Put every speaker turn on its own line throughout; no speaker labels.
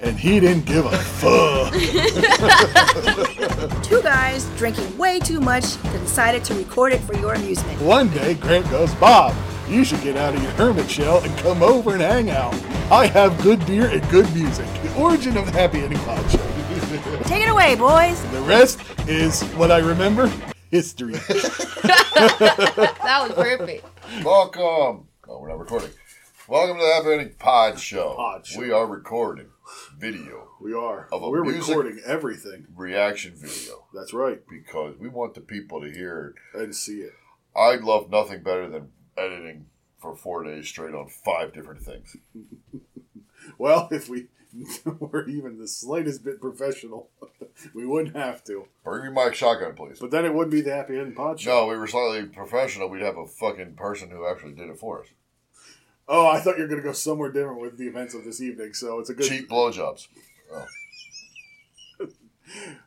and he didn't give a fuck.
Two guys drinking way too much that decided to record it for your amusement.
One day, Grant goes, Bob, you should get out of your hermit shell and come over and hang out. I have good beer and good music. The origin of the Happy Ending Pod Show.
Take it away, boys.
the rest is what I remember history.
That was perfect.
Welcome. Oh, we're not recording. Welcome to the Happy Ending Pod Show.
Pod Show.
We are recording video,
we are.
Of a We're music- recording
everything.
reaction video,
That's right.
because we want the people to hear.
And see it.
I love nothing better than editing for four days straight on five different things.
Well, if we were even the slightest bit professional, we wouldn't have to.
Bring me my shotgun, please.
But then it would be the happy end pod show.
No, we were slightly professional. We'd have a fucking person who actually did it for us.
Oh, I thought you were going to go somewhere different with the events of this evening. So it's a good.
Cheap blowjobs.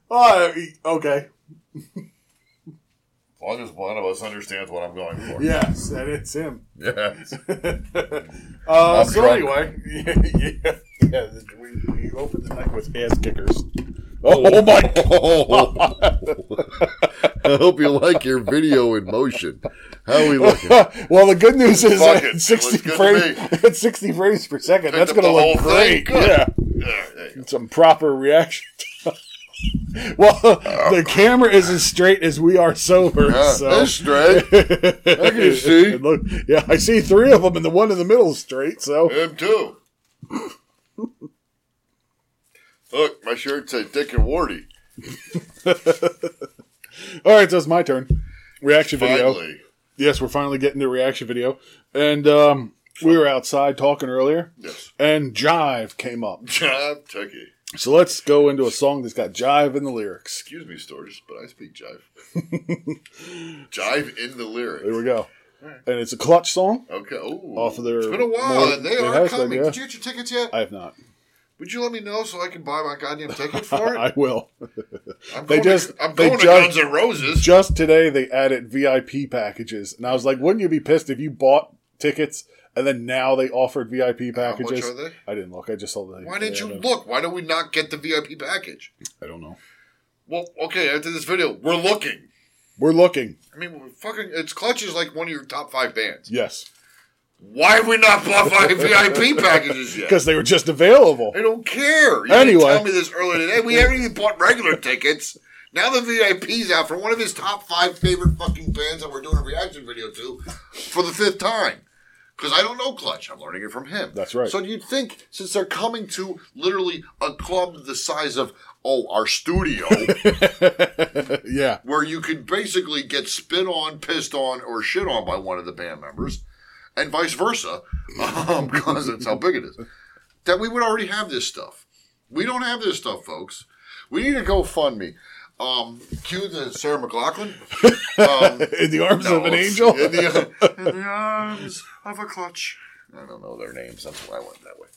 Oh, e- okay.
As long as one of us understands what I'm going for.
Yes, and it's him.
Yes.
Uh,
I'm
so
drunk.
anyway, yeah, yeah, yeah, we, we opened the night with ass kickers.
Oh my god! I hope you like your video in motion. How we looking?
well, the good news is
Fuck
at
it, it
60
looks good to
frames, at 60 frames per second, that's
up
going to
the
look
whole thing,
great.
good.
Yeah.
Yeah, there you go.
some proper reaction. well, the camera is as straight as we are sober.
Uh, Yeah,
so.
that's straight. I can see.
And look, yeah, I see three of them, and the one in the middle is straight. So
Him too. Look, my shirt said Dick and Warty.
all right, so it's my turn. Reaction video.
Finally.
Yes, we're finally getting the reaction video, and um, we were outside talking earlier,
Yes.
and jive came up.
Jive Tucky.
So let's go into a song that's got jive in the lyrics.
Excuse me, Storch, but I speak jive. jive in the
There
lyrics.
we go. And it's a clutch song.
Okay. Ooh.
Off of their-
It's been a while,
more-
and they
their
are
hashtag,
coming.
yeah.
Did you get your tickets yet?
I have not.
Would you let me know so I can buy my goddamn ticket for it?
I will.
I'm
They
going
just-
to, I'm
they
going to
just-
Guns N' Roses.
just today they added VIP packages, and I was like, wouldn't you be pissed if you bought tickets and then now they offered VIP
How much
packages?
are they?
I didn't look. I just saw the.
Why didn't
the
you
ad.
look? Why did we not get the VIP package?
I don't know.
Well, okay, after this video, we're looking.
We're looking.
I mean, we're fucking, it's Clutch is like one of your top five bands.
Yes,
Why have we not bought fucking VIP packages yet?
because they were just available.
I don't care. You
Anyway.
didn't tell me this earlier today. We haven't even bought regular tickets. Now the VIP's out for one of his top five favorite fucking bands that we're doing a reaction video to for the fifth time. Because I don't know Clutch. I'm learning it from him.
That's right.
So you'd think, since they're coming to literally a club the size of, oh, our studio,
yeah,
where you could basically get spit on, pissed on, or shit on by one of the band members, and vice versa, um, because that's how big it is, that we would already have this stuff. We don't have this stuff, folks. We need a GoFundMe. Um, cue the Sarah McLaughlin. Um,
in the arms of an
no,
angel.
In the, in the arms of a clutch. I don't know their names. That's why I went that way.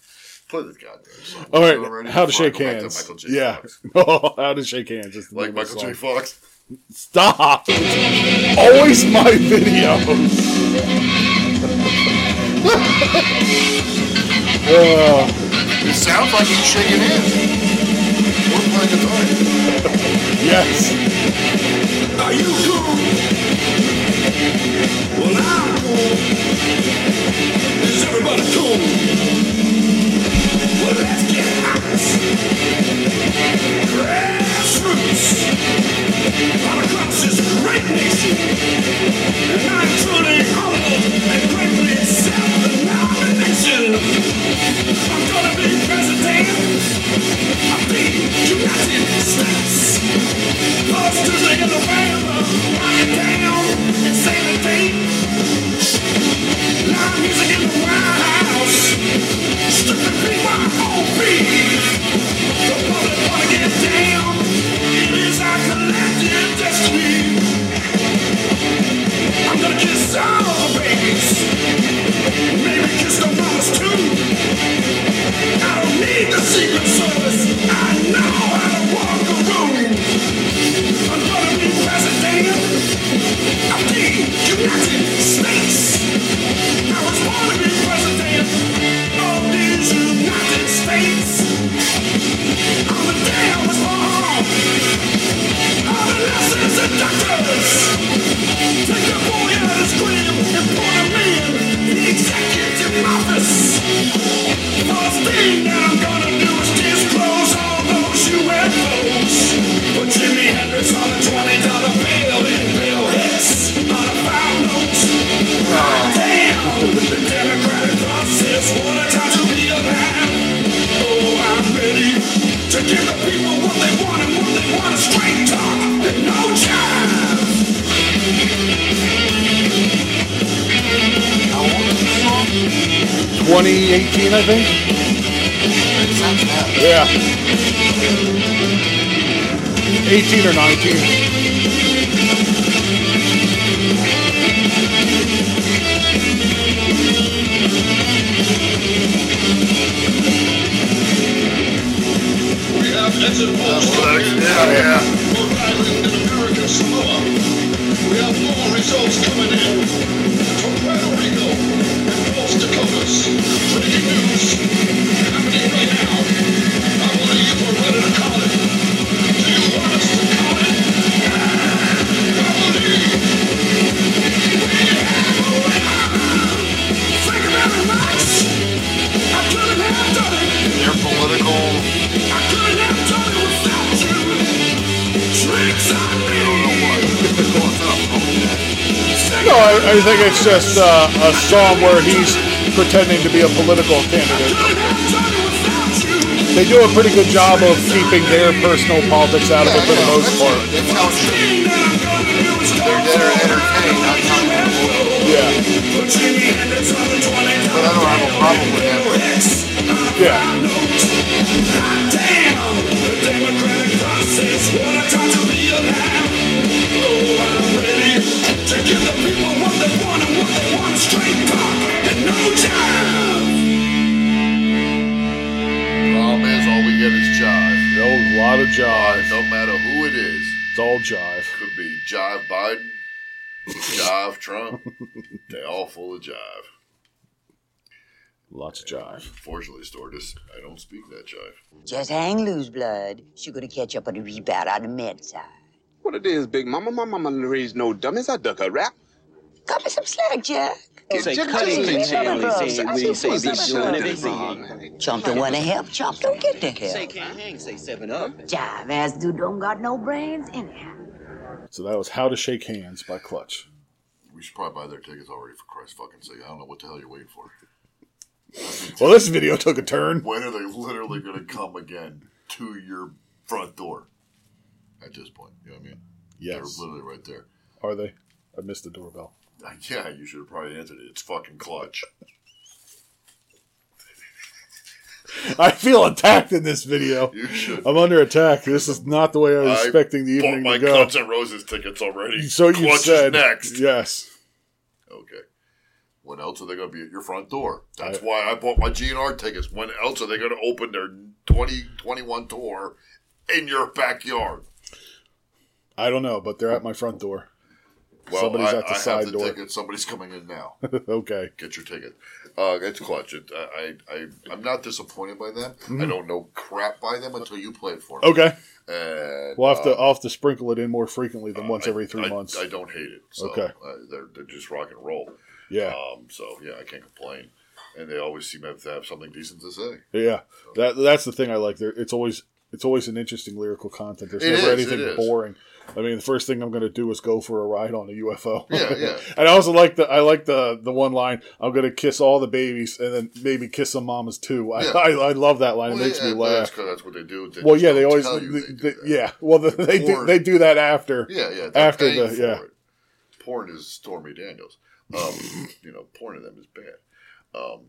Play this goddamn song.
All right,
Already
how to
before I
shake
go back to
hands?
Michael J.
yeah,
Fox.
oh, how to shake hands. is the
Like
name of the
Michael J.
song.
Fox.
Stop! Always my videos.
It sounds like he's shaking hands. We're playing guitar.
Yes.
Are you cool? Well, I'm cool. Is everybody cool? Well, let's get hot. Grassroots. All across this great nation. And I'm turning all and greatly accept the nomination. I'm gonna be president of the United States. Cause Tuesday in November, I'm down and save the date. Now toes. But Jimi Hendrix on a twenty dollar bill and Bill Hicks on a five note. Hot damn, the democratic process. What a time to be alive. Oh, I'm ready to give the people what they want and what they want is straight talk and no jive.
How long is this song?
2018, I think.
It sounds bad.
Yeah. 18 or 19.
We have exit polls
Yeah, yeah.
for arriving in American Samoa. We have more results coming in from Puerto Rico and North Dakotas. Breaking news happening right now. I believe we're ready to call it. Do you want us to call it? I believe we have a winner. Think about it, Max. I couldn't have done it.
Their political.
I couldn't have done it without you. Tricks on me.
No, I, I think it's just uh, a song where he's pretending to be a political candidate. They do a pretty good job of keeping their personal politics out of it for the most part.
That's how it should be. They're, they're entertained, not comfortable.
Yeah,
But I don't have a problem with that.
yeah.
Give the people what they want and what they want straight pop and no time.
Problem is, all we get is jive.
No, a lot of
Jive,
jive.
no matter who it is,
It's all jive.
could be jive Biden, jive Trump. They're all full of jive.
Lots of jive.
Fortunately, Stordis, I don't speak that jive.
Just hang loose, blood. She gonna catch up on the rebound on the med side.
What it is, Big Mama? My mama raised no dummies. I duck a rap.
Cut me some slack, Jack.
Say
cutting things here, only say
we
we say be doing
it.
Chomp don't wanna help. Chomp don't get the help.
can't hang, say seven up.
Jive ass dude don't got no brains anyhow.
So that was How to Shake Hands by Clutch.
We should probably buy their tickets already, for Christ's fucking sake. I don't know what the hell you're waiting for.
Well, this video took a turn.
When are they literally going to come again to your front door? At this point, you know what I mean?
Yes.
They're literally right there.
Are they? I missed the doorbell.
Uh, Yeah, you should have probably answered it. It's fucking clutch.
I feel attacked in this video.
You should.
I'm under attack. This is not the way I was expecting the
I bought
evening
my
to go.
Guns N' Roses tickets already.
So you
clutch
said
is next.
Yes.
Okay. When else are they going to be at your front door? That's why I bought my GNR tickets. When else are they going to open their 2021 tour in your backyard?
I don't know, but they're at my front door.
Well,
Somebody's
I,
at the
I have
side
the
door.
ticket. Somebody's coming in now.
okay.
Get your ticket. Uh, it's clutch. It, I, I, I, I'm not disappointed by them. I don't know crap by them until you play it for me.
Mm-hmm. Okay.
And,
We'll have to
uh,
I'll have to sprinkle it in more frequently than once
I-
every three
I-
months.
I don't hate it. So,
Okay.
Uh, they're, they're just rock and roll.
yeah.
Um, so, yeah, I can't complain. And they always seem to have, to have something decent to say.
yeah. That that's the thing I like. There it's always it's always an interesting lyrical content. There's
It
never
is, it
anything
is.
boring. I mean, the first thing I'm going to do is go for a ride on a UFO.
Yeah, yeah.
and I also like the I like the the one line. I'm going to kiss all the babies and then maybe kiss some mamas too. I
Yeah.
I, I love that line.
Well,
it makes
yeah,
me
but That's,
laugh.
'cause that's what they do. They
Well,
just
yeah, they
don't
always
tell you
they-
they do
they-
that.
yeah. Well, the, they do
Or-
they do that after.
yeah, yeah. they're
After
paying
the
for
yeah.
it. porn is Stormy Daniels. Um, you know, porn of them is bad. Um,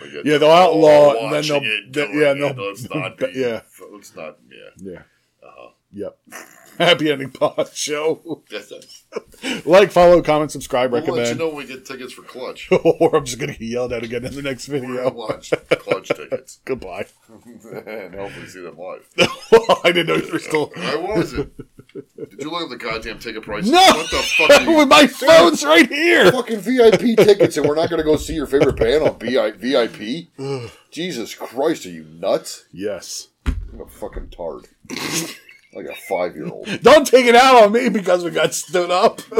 but yet
Yeah, they'll
they're
outlaw it,
all
and then
watching
they'll-
it,
they-
doing
yeah,
it.
they'll-
let's not be,
but yeah.
let's not yeah.
Yeah.
Uh-huh.
Yep. Happy ending pod show.
That's it.
like, follow, comment, subscribe,
We'll let you
recommend.
know when we get tickets for Clutch.
or I'm just gonna get yelled at again in the next video.
Clutch, clutch tickets,
Goodbye.
and hopefully see them live.
I didn't know you were still.
Where was it? Did you look at the goddamn ticket price?
No!
What the fuck? Are you
With my phone's right here.
fucking VIP tickets, and we're not going to go see your favorite band on BI- VIP? Jesus Christ, are you nuts?
Yes.
I'm a fucking tard. like a five year old.
Don't take it out on me because we got stood up.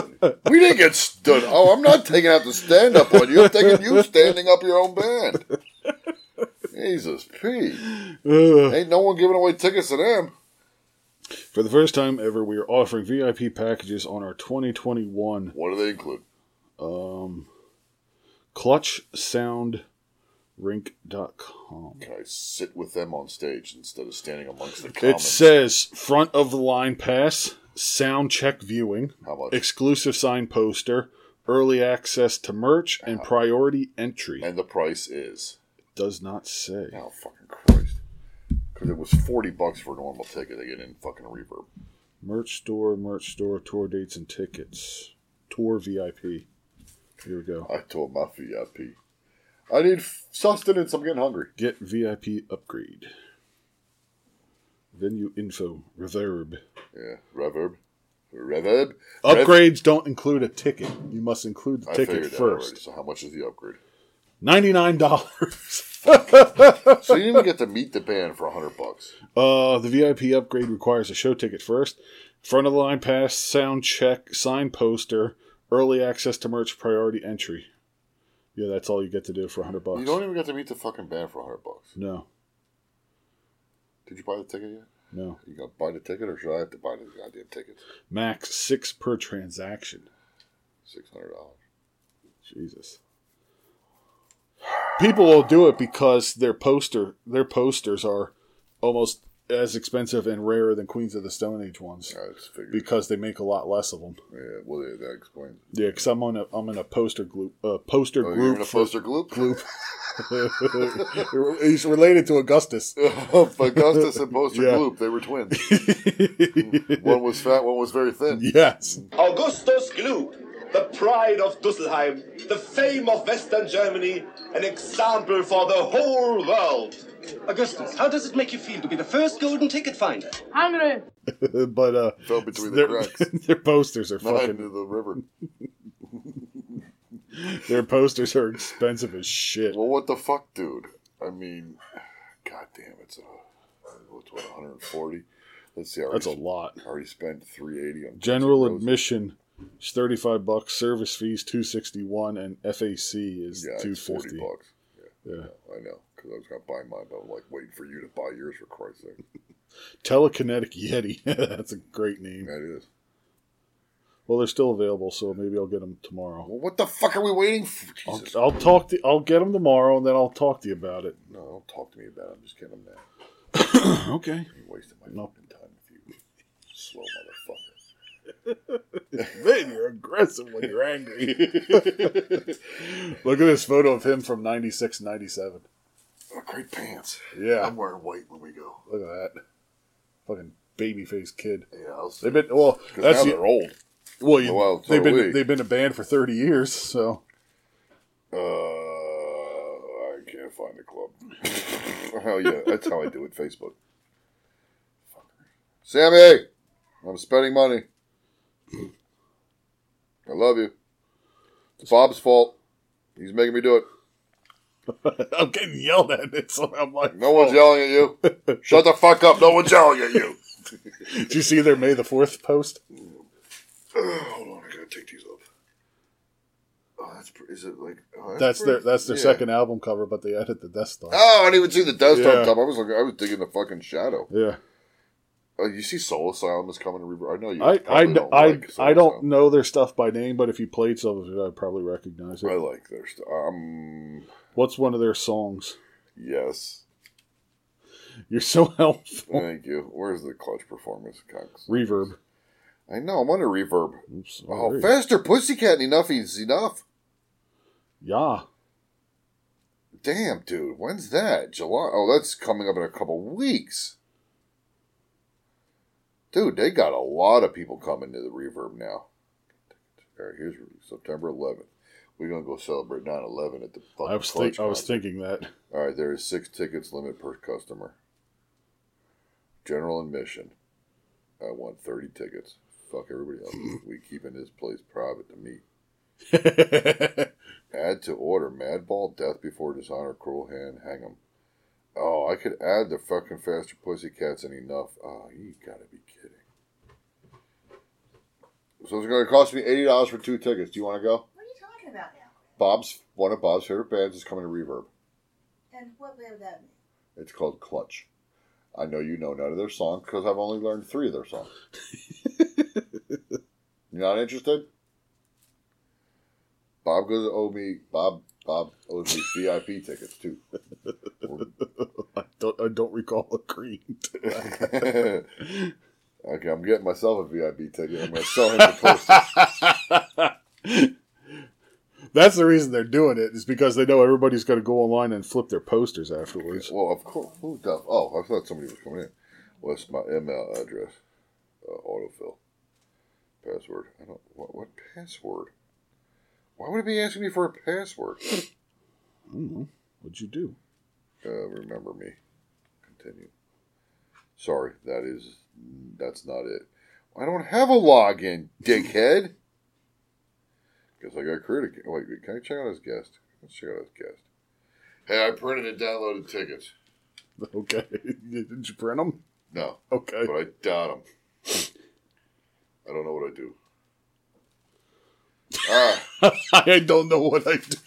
We didn't get stood. Oh, I'm not taking out the stand up on you. I'm taking you standing up your own band. Jesus P. Ain't no one giving away tickets to them.
For the first time ever, we are offering VIP packages on our 2021
What do they include?
Clutch Sound Rink.com.
Can I sit with them on stage instead of standing amongst the
It
comments?
says front of the line pass, sound check viewing,
How much?
exclusive sign poster, early access to merch, and priority entry.
and the price is.
Does not say.
Oh fucking Christ! Because it was forty bucks for a normal ticket. They get in fucking reverb.
Merch store, merch store, tour dates and tickets. Tour VIP. Here we go.
I told my VIP, I need f- sustenance. I'm getting hungry.
Get VIP upgrade. Venue info, reverb.
Yeah, reverb, reverb.
Upgrades don't include a ticket. You must include the
I
ticket
figured that already.
first.
So how much is the upgrade?
$99.
So you didn't even get to meet the band for hundred bucks.
Uh, the VIP upgrade requires a show ticket first, front of the line pass, sound check, sign poster, early access to merch, priority entry. Yeah, that's all you get to do for hundred bucks.
You don't even get to meet the fucking band for hundred bucks.
no,
Did you buy the ticket yet?
no,
You gonna buy the ticket, or should I have to buy the goddamn tickets?
max six per transaction.
Six hundred dollars.
Jesus. People will do it because their poster, their posters are almost as expensive and rarer than Queens of the Stone Age ones
I just figured.
because they make a lot less of them.
yeah, well, yeah, that explains. it.
Yeah, because I'm on a I'm in a poster group uh, poster
Oh, you're
group
in a
for-
poster group. Gloop.
He's related to Augustus.
Oh, Augustus and Poster
Yeah.
Gloop, they were twins. one was fat, one was very thin.
Yes.
Augustus Gloop, the pride of Dusselheim, the fame of Western Germany, an example for the whole world. Augustus, how does it make you feel to be the first golden ticket finder?
Hungry.
but uh
Fell between the
their,
cracks.
their posters are
Not
fucking
into the river.
their posters are expensive as shit.
Well, what the fuck, dude? I mean, god damn, it's a, what's what, 140? Let's see, I already,
That's a lot.
I already spent 380 on
General
Guns N' Roses.
admission is thirty five bucks, service fees two sixty one, and FAC is
Yeah,
two
it's 40
fifty.
bucks. Yeah,
Yeah.
I know, because I was going to buy mine, but I'm like waiting for you to buy yours for Christ's sake.
Telekinetic Yeti. That's a great name.
That is.
Well, they're still available, so maybe I'll get them tomorrow.
Well, what the fuck are we waiting for?
I'll,
Oh, Jesus.
I'll talk to. I'll get them tomorrow, and then I'll talk to you about it.
no, don't talk to me about it. I'm just getting them now.
Okay.
You wasted my
No.
fucking time with you. Slow motherfucker.
Man, you're aggressive when you're angry. Look at this photo of him from 96 97.
Oh, great pants.
Yeah.
I'm wearing white when we go.
Look at that. Fucking baby faced kid.
Yeah, I'll say.
They've been, well,
Because
that's
now
the,
they're old.
well, you,
Well, so
they've,
are we.
been, they've been a band for 30 years, so.
Uh, I can't find the club. Hell yeah, that's how I do it. Facebook. Fucker. Sammy, I'm spending money. I love you. It's Bob's fault. He's making me do it.
I'm getting yelled at. It's, I'm like,
No one's yelling at you. Shut the fuck up. No one's yelling at you.
did you see their May the 4th post?
Uh, hold on, I gotta take these off. Oh, that's pr- is it like oh,
That's their
pretty-
that's their
yeah.
second album cover, but they added the Death Star.
Oh, I didn't even see the desktop
Yeah.
top. I was looking. I was digging the fucking shadow.
Yeah.
Uh, you see, Soul Asylum is coming to Reverb. I know you.
I, I,
probably
don't I,
like Soul
I don't
Asylum.
know their stuff by name, but if you played some of it, I'd probably recognize
I
it.
like their stuff. Um,
What's one of their songs?
yes.
You're so helpful.
Thank you. Where's the clutch performance, Cox?
Reverb.
I know. I'm under Reverb.
Oops.
Oh,
alright.
faster, Pussycat. and Enough is enough.
Yeah.
Damn, dude. When's that? July? Oh, that's coming up in a couple weeks. Dude, they got a lot of people coming to the Reverb now. All right, here's September 11th. We're gonna go celebrate 9/11 at the. fucking
I was
Clutch
think, I was
concert.
thinking that.
All right, there is six tickets limit per customer. General admission. I want thirty tickets. Fuck everybody else. we keeping this place private to me. add to order: Madball, Death Before Dishonor, Cruel Hand, Hang 'em. Oh, I could add the fucking faster pussycats and enough. Oh, you gotta be kidding. So it's gonna cost me eighty dollars for two tickets. Do you want to go?
What are you talking about now?
Bob's one of Bob's favorite bands is coming to Reverb.
And what way would that be?
It's called Clutch. I know you know none of their songs because I've only learned three of their songs. You're not interested? Bob goes to owe me Bob Bob owes me VIP tickets too.
I don't, I don't recall agreeing to
okay, I'm getting myself a VIP ticket. I'm gonna sell him the posters.
That's the reason they're doing it is because they know everybody's going to go online and flip their posters afterwards.
well, of course. Who the? Oh, I thought somebody was coming in. What's my email address? Uh, autofill. Password. I don't. What, what password? Why would it be asking me for a password?
What'd you do?
Uh, remember me. Continue. Sorry, that is that's not it. I don't have a login, dickhead. Guess I got created. ac- Wait, wait, can I check out his guest? Let's check out his guest. Hey, I printed and downloaded tickets.
Okay, did you print them?
No,
Okay,
but I got them. I don't know what I do. Ah,
I don't know what I do.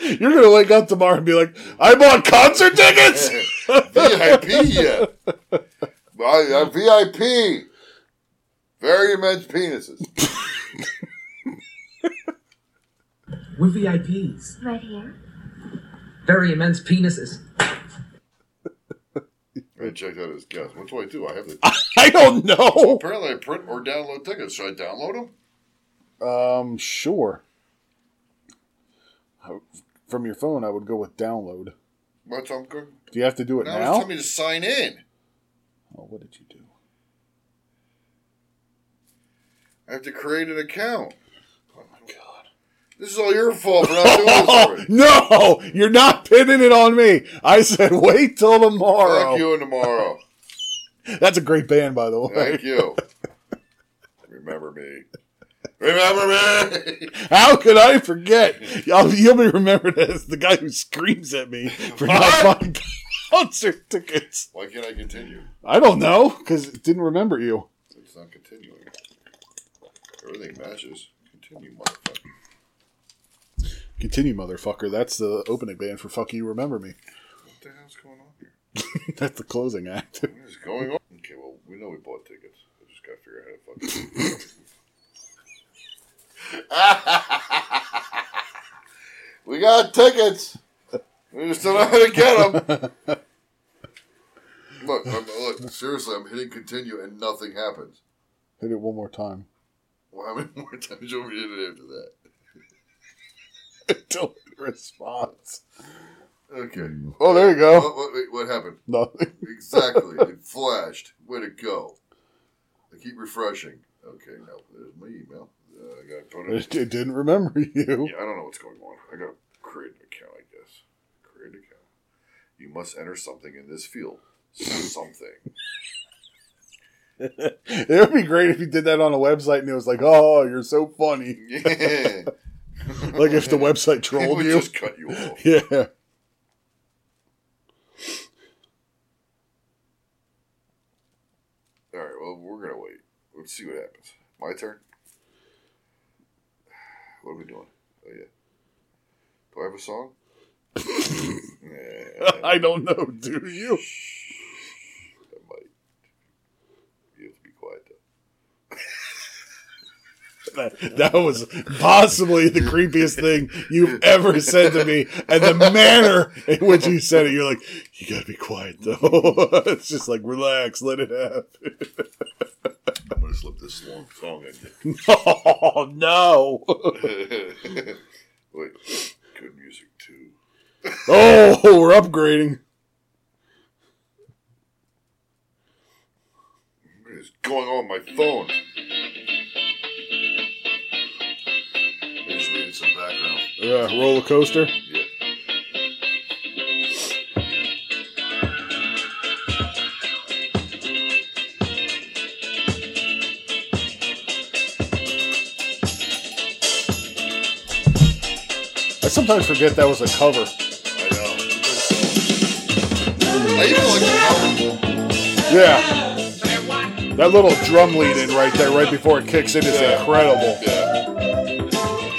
You're gonna wake up tomorrow and be like, "I bought concert tickets."
VIP yet? I, I VIP. Very immense penises.
We're VIPs.
Right here.
Very immense penises.
I checked out his guest. What do I do? I have the.
I don't know.
Apparently, I print or download tickets. Should I download them?
Um, sure. I- From your phone, I would go with download.
What's I'm good.
Do you have to do it
Now,
now?
it's telling me to sign in.
oh, what did you do?
I have to create an account. Oh my god! This is all your fault for not doing this already.
No, you're not pinning it on me. I said wait till tomorrow.
Thank you tomorrow.
That's a great band, by the way.
Thank you. Remember me. Remember me.
How could I forget? I'll, you'll be remembered as the guy who screams at me for not
What?
buying concert tickets.
Why can't I continue?
I don't know because it didn't remember you.
It's not continuing. Everything matches. Continue, motherfucker.
Continue, motherfucker. That's the opening band for "Fuck You, Remember Me."
What the hell's going on here?
That's the closing act.
What is going on? Okay, well, we know we bought tickets. I just gotta figure out how to fucking. we got tickets. We just don't know how to get them. look, I'm, look, seriously, I'm hitting continue and nothing happens.
Hit it one more time.
Well, how many more times do we hit it after that?
Don't response.
Okay.
Oh, there you go.
What, what, wait, what happened?
Nothing.
Exactly. it flashed. Way to go. I keep refreshing. Okay, now there's my email. Uh, I gotta put it.
It it didn't remember you.
Yeah, I don't know what's going on. I gotta create an account, I guess. Create an account. You must enter something in this field. Something.
It would be great if you did that on a website and it was like, "Oh, you're so funny."
yeah.
Like if the website
It
trolled
would
you.
just cut you off.
Yeah.
All right, well, we're gonna wait. Let's see what happens. My turn. What are we doing? Oh yeah. Do I have a song? yeah,
I don't know. Do you?
I might. You have to be quiet though.
That, that was possibly the creepiest thing you've ever said to me, and the manner in which you said it. You're like, you gotta be quiet though. it's just like, relax, let it happen.
I'm gonna slip this long song in.
Oh no!
Wait, good music too.
Oh, we're upgrading.
What is going on with my phone? I just needed some background.
Uh, roller coaster.
Yeah.
I sometimes forget that was a cover.
I know. I even like the album.
Yeah. That little drum lead in right there, right before it kicks in, is
Yeah.
incredible.
Yeah.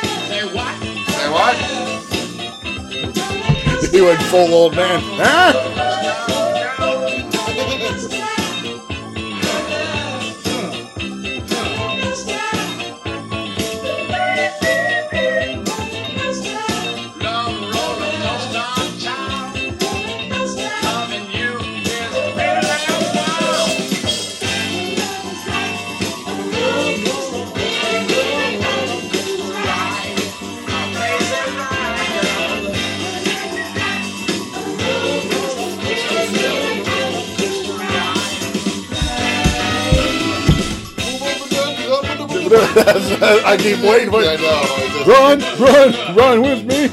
Say what?
he went full old man. Huh? I keep waiting.
Yeah, I
waiting.
know.
Run, run, run with me.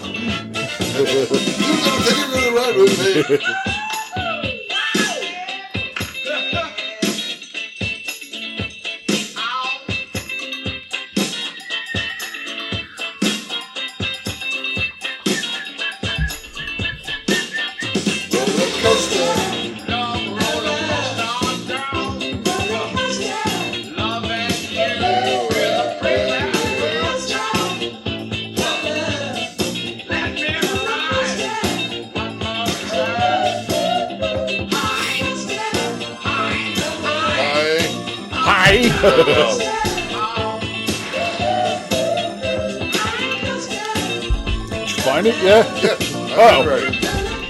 You're gonna ride with me. Hi.
Hi. Did you find it? Yeah.
Yeah,
Oh.
that's right.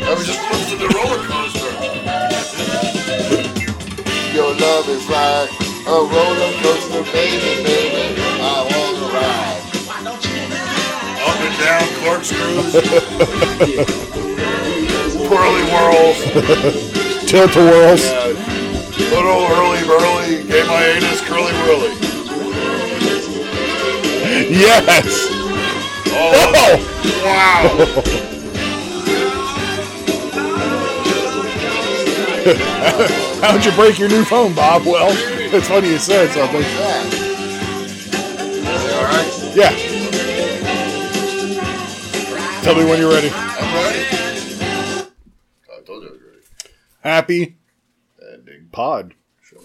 I was just close to the roller coaster. Your love is like a roller coaster, baby, baby. I wanna ride. Up and down corkscrews, twirly whirls,
Tilt a whirls.
little hurly burly, gave my anus curly whirly.
Yes. Oh.
Wow!
How'd you break your new phone, Bob? Well, it's funny you said something.
All right,
Yeah. Tell me when you're ready.
I'm ready. I told you I was ready.
Happy
Ending
pod.
show.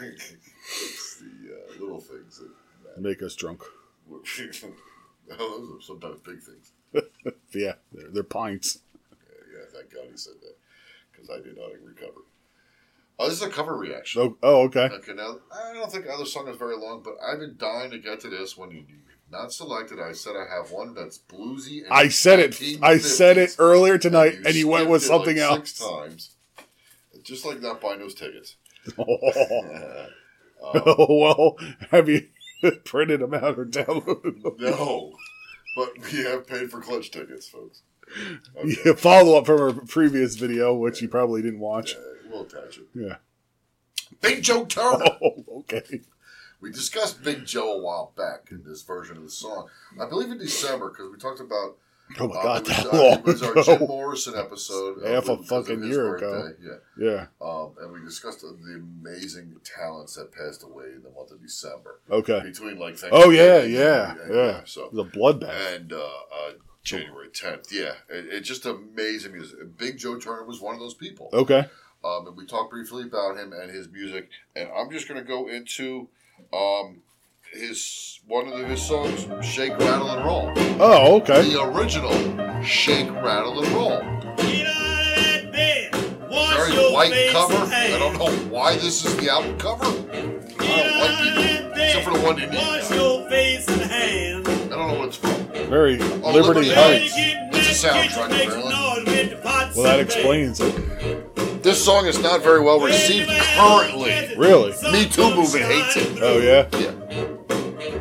it's the uh, little things that
Make us drunk.
Well, Those are sometimes big things.
Yeah, they're, they're pints.
Yeah, yeah, thank God he said that because I did not recover. Oh, this is a cover reaction.
Oh, oh okay.
Okay, now I don't think either song is very long, but I've been dying to get to this one. You you not selected. I said I have one that's bluesy. And
I said it. I said it
1950s,
earlier tonight, and you went
skipped
with
it
something
like
else.
six times. Just like not buying those tickets.
Oh, well, have you printed them out or downloaded them?
No, but we have paid for clutch tickets, folks. Okay,
Yeah, follow up from our previous video, which you probably didn't watch.
uh, we'll attach it.
Yeah.
Big Joe Turner.
Oh, okay.
We discussed Big Joe a while back in this version of the song. I believe in December because we talked about.
Oh my
uh,
god,
it was,
that
uh, it was
long
our Jim
ago.
Morrison episode. uh,
Half a
because of
fucking
his
year ago.
birthday, Yeah,
Yeah.
um, and we discussed the, the amazing talents that passed away in the month of December
Okay.
between like
Oh yeah,
Thanksgiving
yeah,
and-
yeah.
So
The bloodbath.
and uh, uh, January tenth, yeah, it, it's just amazing music. Big Joe Turner was one of those people.
Okay.
Um, and we talked briefly about him and his music. And I'm just going to go into um, his one of his songs, "Shake, Rattle, and Roll,"
Oh, okay.
the original "Shake, Rattle, and Roll." Very white cover. I don't know why this is the album cover. I don't like people, except for the one in I don't know what it's from.
Very
Oh,
Liberty Heights.
It's a soundtrack, apparently.
Well, that explains it.
This song is not very well received currently.
Really?
Me Too movement hates it.
Oh yeah.
Yeah.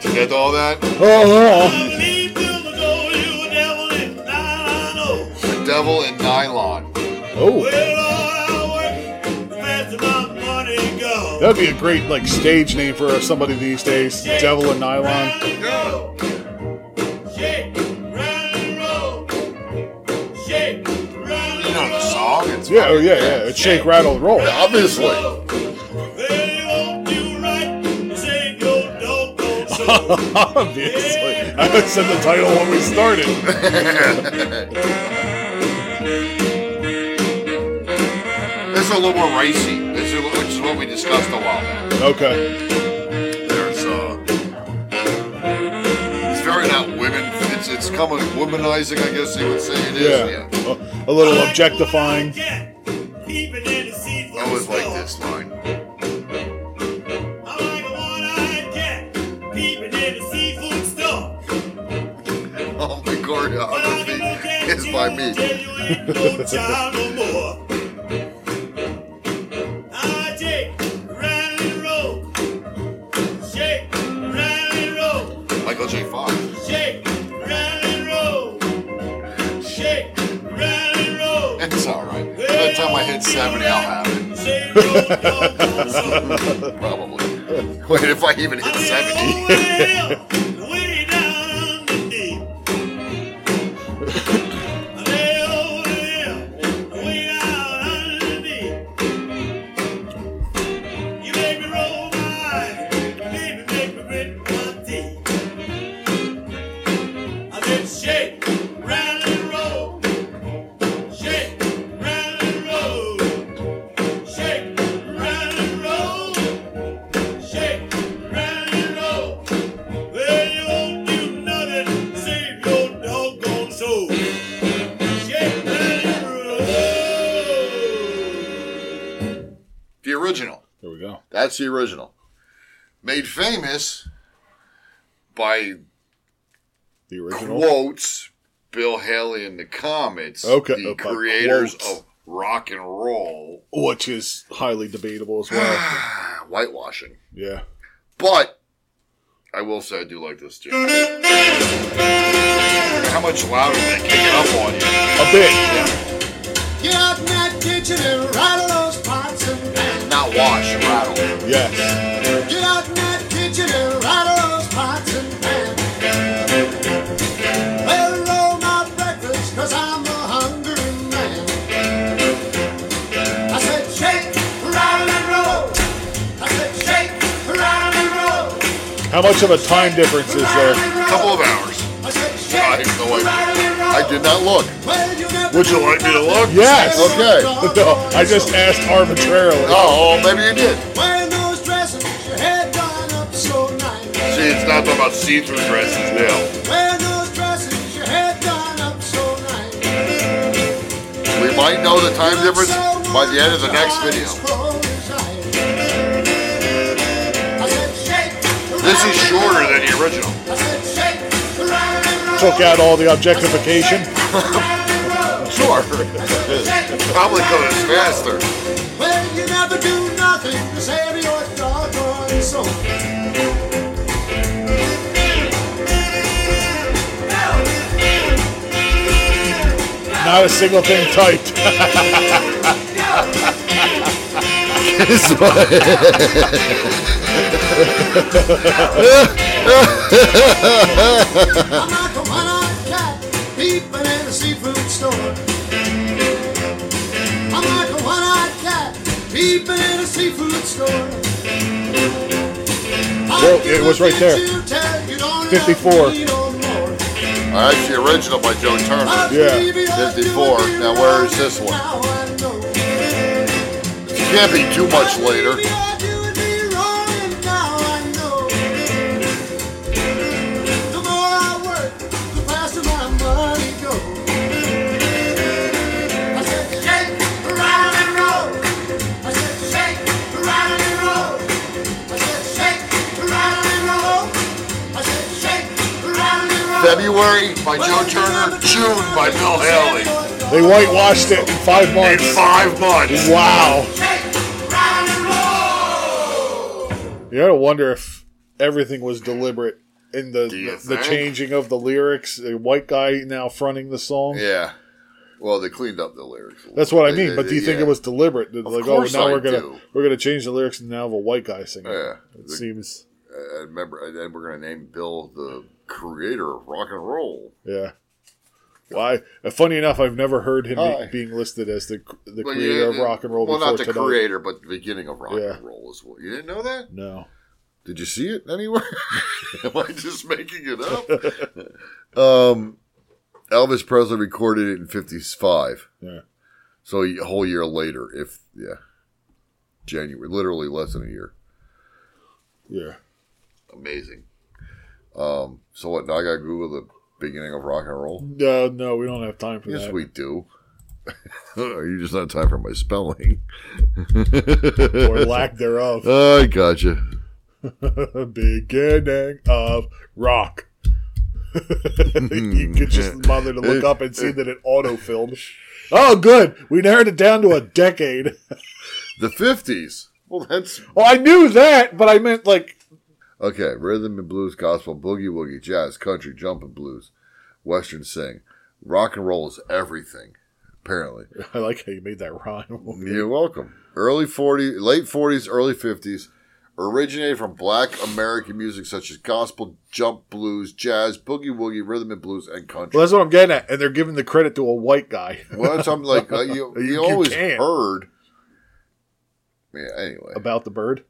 Did you get all that?
Uh-huh.
Oh,
The Devil in Nylon.
oh. oh. That'd be a great like stage name for somebody these days. Devil and Nylon.
Yeah. You know the song? It's
Yeah, oh yeah, yeah. It's shake, rattle, and roll.
Obviously.
Obviously, I said the title when we started.
This is a little more ricey, this is- which is what we discussed a while back.
Okay.
There's uh, it's very not women. It's it's coming womanizing, I guess you would say it is.
Yeah.
Yeah.
A, a little objectifying.
I always like this line. Oh my choreography is by me. Michael J. Fox. It's all right. By the time I hit seventy, I'll have it. Probably. Wait, if I even hit seventy.
Shake, rattle, and roll. Shake, rattle, and roll. Shake, rattle, and roll. Shake, rattle, and roll. Well, you won't do nothing save your doggone soul. Shake, rattle, and roll.
The original.
There we go.
That's the original. Made famous by
The original.
quotes Bill Haley and the Comets,
Okay,
the
uh, by
creators
quotes.
of rock and roll,
which is highly debatable as well.
whitewashing.
yeah.
But I will say I do like this too. How much louder they kick it up on you?
A bit.
Get out in that kitchen and rattle those pots and pans.
Not wash, rattle.
Yes.
Get out in that kitchen and rattle those pots and pans. Better roll my breakfast, cause I'm a hungry man. I said, shake, rattle and roll. I said, shake, rattle and roll.
How much of a time difference is there?
Couple of hours.
I said, shake,
I have no idea.
rattle and roll.
I did not look.
Well, you never
Would you
do
like me to
nothing.
look?
Yes.
Okay.
No, I just asked arbitrarily.
Oh, well, maybe you did.
Wearing those dresses, your head done up so nice.
See, it's not talking about see-through dresses now.
Wearing those dresses, your head done up so nice.
We might know the time difference by the end of the next video. This is shorter than the original.
Took out all the objectification.
Sure. Probably because it's faster.
Well, you never do nothing to save your doggone soul.
Not a single thing typed.
I'm like a one-eyed cat peeping in a seafood store. I'm like a one-eyed cat peeping in a seafood store.
Well, Oh, it was right there. 54.
Well, that's the original by Joe Turner.
Yeah.
54. Now, where is this one? Can't be too much later. February by Joe Turner, June by Bill Haley.
They whitewashed it in five
In
months.
five months.
Wow. You gotta wonder if everything was deliberate in the
Do you
the
think?
changing of the lyrics. A white guy now fronting the song.
Yeah. Well, they cleaned up the lyrics. a little.
That's what I
They-
mean. But
they-
do you think
yeah.
it was deliberate? That,
Of
like, oh,
course
now
I
we're gonna
do.
we're gonna change the lyrics and now have a white guy singing. it.
Yeah.
it
The-
seems.
Uh, And remember, and then we're going to name Bill the creator of rock and roll.
Yeah. Why? uh, funny enough, I've never heard him
Hi.
be, being listed as the the
Well,
creator
yeah,
of rock and roll.
Well,
before
not the
tonight.
creator, but the beginning of rock
Yeah.
and roll as well. You didn't know that?
No.
Did you see it anywhere? Am I just making it up? um, Elvis Presley recorded it in '55,
Yeah.
so a whole year later, if yeah, January, literally less than a year.
Yeah.
Amazing. Um, so what? Now I gotta Google the beginning of rock and roll.
No, no, we don't have time for
Yes,
that.
we do. Are you just not in time for my spelling?
or lack thereof.
I gotcha.
Beginning of rock. you could
Hmm.
just bother to look up and see that it auto filled. Oh, good. We narrowed it down to a decade.
The fifties. Well, that's
Oh, I knew that, but I meant like
Okay, rhythm and blues, gospel, boogie woogie, jazz, country, jumpin' blues, western sing. Rock and roll is everything, apparently.
I like how you made that rhyme.
You're welcome. Early 40s, late 40s, early 50s, originated from black American music such as gospel, jump blues, jazz, boogie woogie, rhythm and blues, and country.
Well, that's what I'm getting at, and they're giving the credit to a white guy.
Well, that's something like uh, you,
You-
you,
you
always
can't.
heard. Yeah, anyway.
about the bird.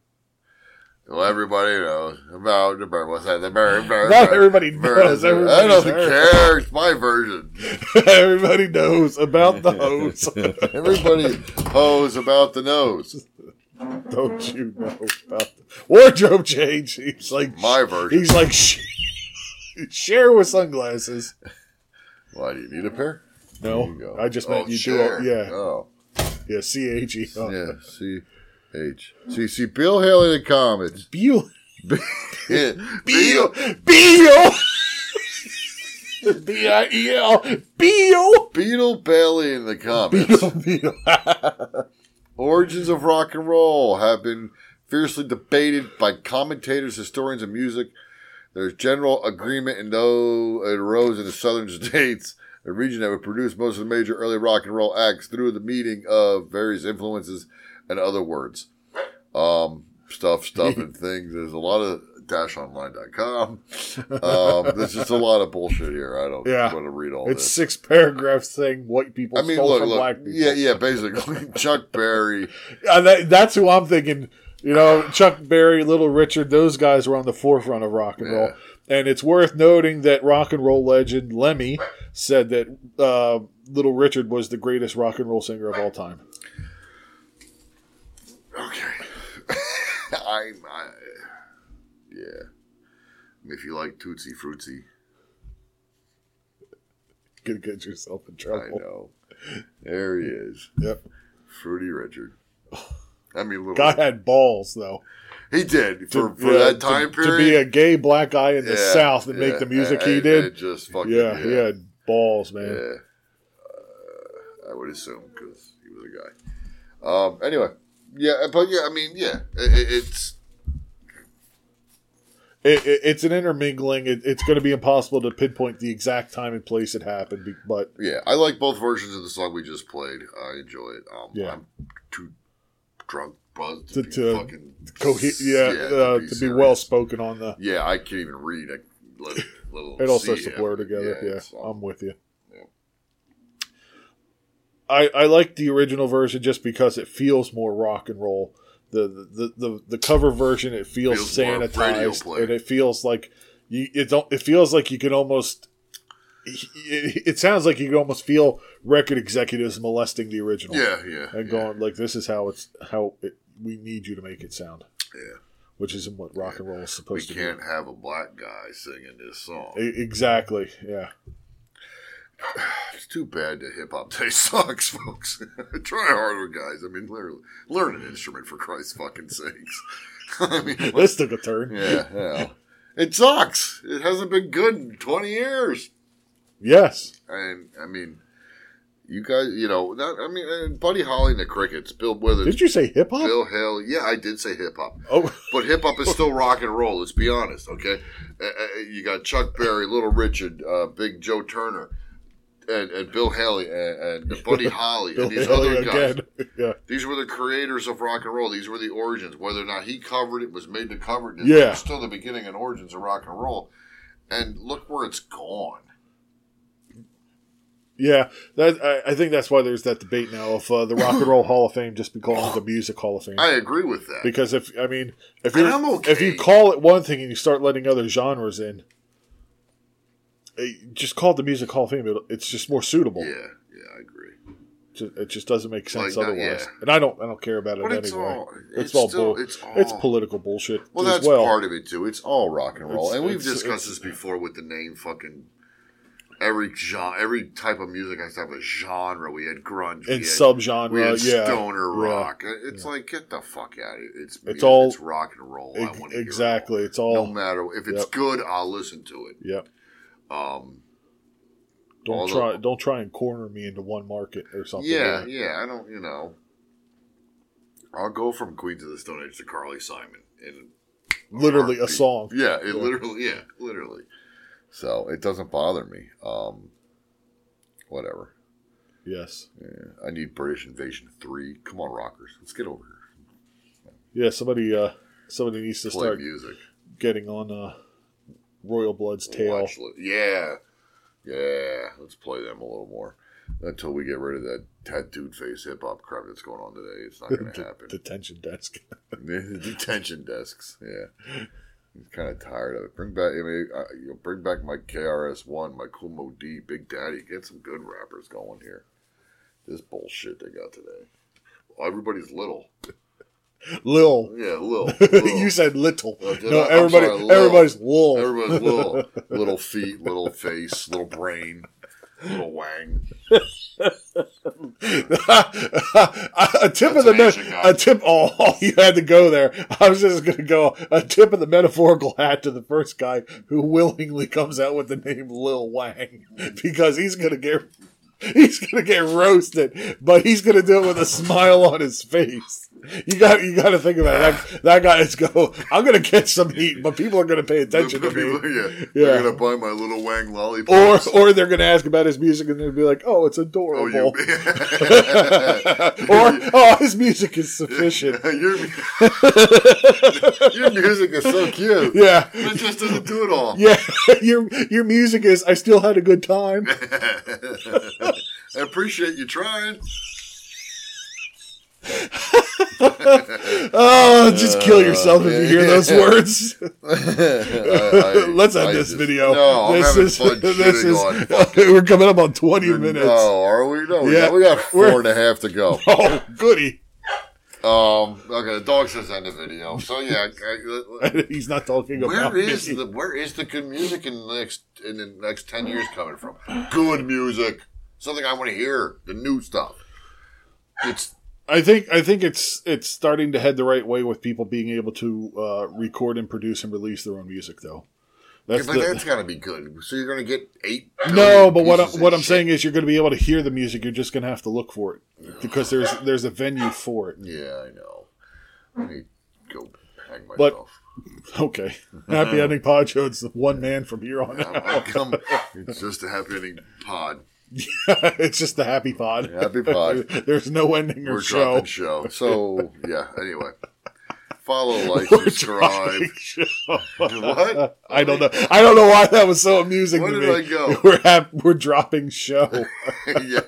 Well, everybody knows about the bird. What's that? The bird, bird.
Not
bird,
everybody knows.
bird. I
Everybody's
don't
heard.
care. It's my version.
Everybody knows about the hose.
Everybody hoes about the nose.
Don't you know about the wardrobe change? He's like
My version.
He's like "Sh- share with sunglasses.
Why do you need a pair? There you
No,
go.
I just meant
Oh,
you
share.
do. All, yeah,
Oh,
yeah. C H E. Oh.
yeah. C H. See, see, Bill Haley the Comet.
Beal.
Bill.
Beal. Beal. B I E L. Beal.
Beetle Bailey and the Comets.
Beal. Beal.
Origins of rock and roll have been fiercely debated by commentators, historians, and music. There's general agreement in though it arose in the southern states, a region that would produce most of the major early rock and roll acts through the meeting of various influences and other words. Um, stuff, stuff, and things. There's a lot of dashonline.com. Um, there's just a lot of bullshit here. I don't
Yeah.
want to read all
It's
this.
six paragraphs saying white people
I mean,
stole
look,
from black
look.
people.
Yeah, yeah, basically. Chuck Berry.
Uh, that, that's who I'm thinking. You know, Chuck Berry, Little Richard, those guys were on the forefront of rock and roll. And it's worth noting that rock and roll legend Lemmy said that uh, Little Richard was the greatest rock and roll singer of all time.
Okay. I, I, yeah. If you like Tootsie Fruitsie,
Gonna get yourself in
I
trouble.
know. There he is,
Yep.
Fruity Richard. I mean, little
Guy had balls though.
he did for, for
Yeah,
that time
to, to
period
be a gay black guy in the
Yeah,
South and
yeah,
make the music
I- I-
he did.
I just fucking
yeah,
yeah,
he had balls, man.
yeah. Uh, I would assume because he was a guy. Um. Anyway, yeah, but yeah, I mean, yeah, it, it- it's
It, it, it's an intermingling. It, it's going to be impossible to pinpoint the exact time and place it happened, be- but
Yeah, I like both versions of the song we just played. I enjoy it. Um,
Yeah.
I'm too drunk, buzzed
To-
to, be
to
fucking
cohe- yeah, uh, to be
serious.
well spoken on the.
Yeah, I can't even read. I let, let alone
It all
see
starts to blur
everything.
together. Yeah,
it's, um,
I'm with you.
yeah.
I I like the original version just because it feels more rock and roll. The the the, the, the cover version it feels,
Feels more radio
sanitized
play.
and it feels like you it don't it feels like you can almost. It, it sounds like you can almost feel record executives molesting the original.
yeah, yeah,
and
yeah.
going like this is how it's how it, we need you to make it sound
Yeah.
which isn't what rock and roll is
We
supposed to
can't have a black guy singing this song.
be E- exactly yeah
It's too bad that hip hop taste sucks, folks. Try harder, guys. I mean, literally, learn an instrument for Christ's fucking sakes. I mean, what-
this took a turn
Yeah, yeah. It sucks. It hasn't been good in 20 years.
yes
And, I mean, you guys, you know, that, I mean, and Buddy Holly and the Crickets, Bill Withers,
did you say hip-hop
Bill Hill. Yeah, I did say hip hop.
oh
But hip hop is still rock and roll, let's be honest, okay? Uh, uh, you got Chuck Berry, Little Richard, uh, Big Joe uh, Turner. and, and Bill Haley and, and Buddy Holly
Bill
and these
Haley
other guys.
again. yeah.
These were the creators of rock and roll. These were the origins. Whether or not he covered it, was made to cover it. It's
Yeah.
still the beginning and origins of rock and roll. And look where it's gone.
Yeah, that I, I think that's why there's that debate now if uh, the Rock and Roll Hall of Fame just be called the Music Hall of Fame.
I agree with that.
because if I mean if
And
you
I'm okay.
if you call it one thing and you start letting other genres in, eh, just call it the Music Hall of Fame. It, it's just more suitable.
yeah, yeah, I agree.
Ju- It just doesn't make sense
Like that,
otherwise.
yeah.
And I don't I don't care about it
But
anyway.
it's all-
it's,
it's
all
still-
bull. It's,
it's all-
political bullshit.
Well,
as
that's
well.
part of it too. It's all rock and roll,
It's-
and we've
it's-
discussed
it's-
this before with the name fucking. Every genre, every type of music has to have a genre. We had grunge, we
And
had,
subgenre,
we had
yeah.
stoner
Yeah.
rock. It's like get the fuck out of here. It's music,
all-
it's rock and roll. I
Ex-
want to
exactly. It's
Hear it.
all
No matter if it's
Yep.
good, I'll listen to it.
yep.
Um,
Don't
Although-
try don't try and corner me into one market or something.
yeah, yeah. I don't, you know. I'll go from Queens of the Stone Age to Carly Simon, and
Literally a
heartbeat.
song.
Yeah, it literally, yeah, literally. So it doesn't bother me. Um, whatever.
Yes.
I need British Invasion three. Come on, rockers, let's get over here.
Yeah, somebody uh somebody needs to
Play
start
music.
getting on uh Royal Blood's tail.
Watch, li- yeah, yeah. Let's play them a little more until we get rid of that tattooed face hip hop crap that's going on today. It's not going to happen.
Detention desk.
The detention desks. Yeah, I'm kind of tired of it. Bring back, I mean, uh, you know, bring back my KRS One, my Kumo D, Big Daddy. Get some good rappers going here. This bullshit they got today. Everybody's little.
Lil.
Yeah, little.
you said little.
Oh, did
no,
I? I'm
everybody
sorry, Lil.
everybody's lil.
Everybody's little. little feet, little face, little brain, little wang.
a tip of the
That's an Asian
me-
guy.
a tip oh you had to go there. I was just gonna go a tip of the metaphorical hat to the first guy who willingly comes out with the name Lil Wang because he's gonna get he's gonna get roasted, but he's gonna do it with a smile on his face. You got you gotta think about it. That, that guy is go I'm gonna catch some heat, but people are gonna pay attention to
People-
me.
yeah,
Yeah.
They're gonna buy my little wang
Or,
lollipops.
or they're going to ask about his music and they'll be like, oh, it's adorable
oh, you.
or oh, his music is sufficient.
your, your music is so cute.
Yeah,
It just doesn't do it all.
yeah. Your your music is. I still had a good time.
I appreciate you trying.
Oh, just kill yourself if you hear those
yeah.
words.
I- I-
Let's end
I
this
just-
video.
No, I'm
this
having fun shitting on fucking-
we're coming up on twenty minutes.
No, are we? No,
Yeah.
yeah. we got
We're-
four and a half to go.
Oh, goody!
Um, okay, the dog says end the video. So yeah, I, I,
He's not talking about
where is
me.
the where is the good music in the next in the next ten years coming from? Good music, something I want to hear, the new stuff. It's
I think I think it's it's starting to head the right way with people being able to uh, record and produce and release their own music, though. That's
but
the-
that's got to be good. So you're gonna get eight.
No, but what I,
pieces of
what I'm
shit.
saying is you're going to be able to hear the music. You're just going to have to look for it because there's there's a venue for it.
Yeah, I know. Let me go hang myself.
But- Okay, happy ending pod show. It's the one man from here on
I'm,
out.
i come. It's just a happy ending pod.
it's just the happy pod.
Happy pod.
there's no ending or
We're
show.
dropping show. So yeah. Anyway, follow, like,
We're
subscribe.
dropping show.
What?
I don't know. I don't know why that was so amusing
Where
to
did
me.
I go?
We're hap- we're dropping show.
yeah.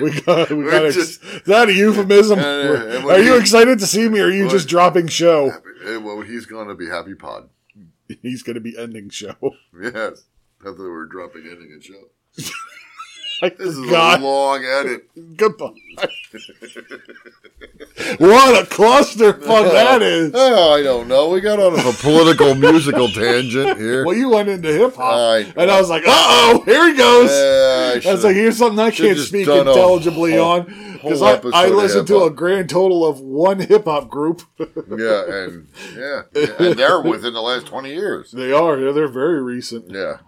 We got we
We're
got. Ex-
just-
is that a euphemism?
No, no, no. And
are
what
you
you-
excited to see me? or Are you
What-
just dropping show?
Happy- Well, he's gonna be happy pod.
He's going to be ending show.
Yes. After we're dropping ending and show.
I
This is
forgot.
a long edit.
Goodbye. what a clusterfuck that is.
Oh, I don't know. We got on a political musical tangent here.
Well, you went into hip
I
hop,
know.
and I was like, "Uh oh, here he goes."
Yeah, I
I was like,
should've-
"Here's something I can't
should've just
speak
done a
intelligibly
whole-
on," because
whole
I,
episode
I
of
listened to a
hip-hop.
grand total of one hip hop group.
yeah, and yeah, yeah, and they're within the last twenty years.
they are. yeah, They're very recent.
Yeah.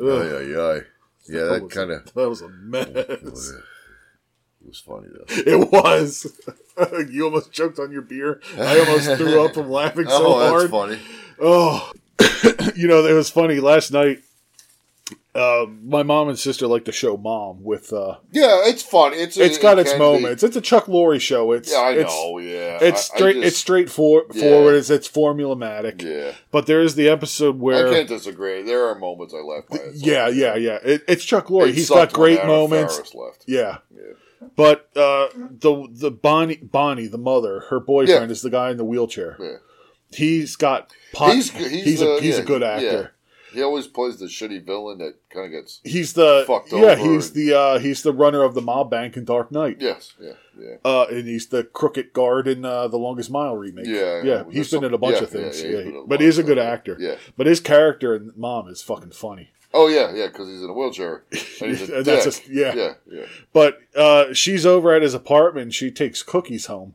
Ugh.
Ay, ay, ay. Yeah, that
was a-
kind of
that was a
Oh,
mess.
was funny though.
It was. you almost choked on your beer. I almost threw up from laughing so
oh,
hard.
that's funny.
Oh, you know, it was funny last night. Uh, my mom and sister like the show Mom with. Uh,
Yeah, it's fun. It's
it's
it
got its
can
moments. It's a Chuck Lorre show. It's
Be, yeah, I
it's,
know. Yeah,
It's
I- I
straight.
just-
it's straightforward.
Yeah.
Forward. It's it's formulamatic.
Yeah,
But there is the episode where.
I can't disagree. There are moments I laugh. My ass
yeah,
off.
yeah, yeah. It, it's Chuck Lorre.
It
He's got
sucked
great
when Anna
moments.
Faris Left.
Yeah. But uh, the the Bonnie Bonnie the mother, her boyfriend
Yeah.
is the guy in the wheelchair.
Yeah.
He's got pot.
He's
He's,
g- he's
a
the-
he's
yeah,
a good
yeah.
actor.
He always plays the shitty villain that kind of gets.
He's the
Fucked
yeah.
over
He's
and-
the uh, he's the runner of the mob bank in Dark Knight.
Yes, yeah, yeah.
Uh, and he's the crooked guard in uh, the Longest Mile remake. yeah.
Yeah, there's
He's been
some-
in a bunch
yeah,
of things.
yeah, yeah,
Yeah,
he's been in a
but
lot
he's a
of
good
stuff.
actor.
Yeah.
But his character in Mom is fucking funny.
Oh yeah, yeah, because he's in a wheelchair. And he's a
And that's
dick.
a- yeah.
yeah, yeah.
But uh, she's over at his apartment. She takes cookies home,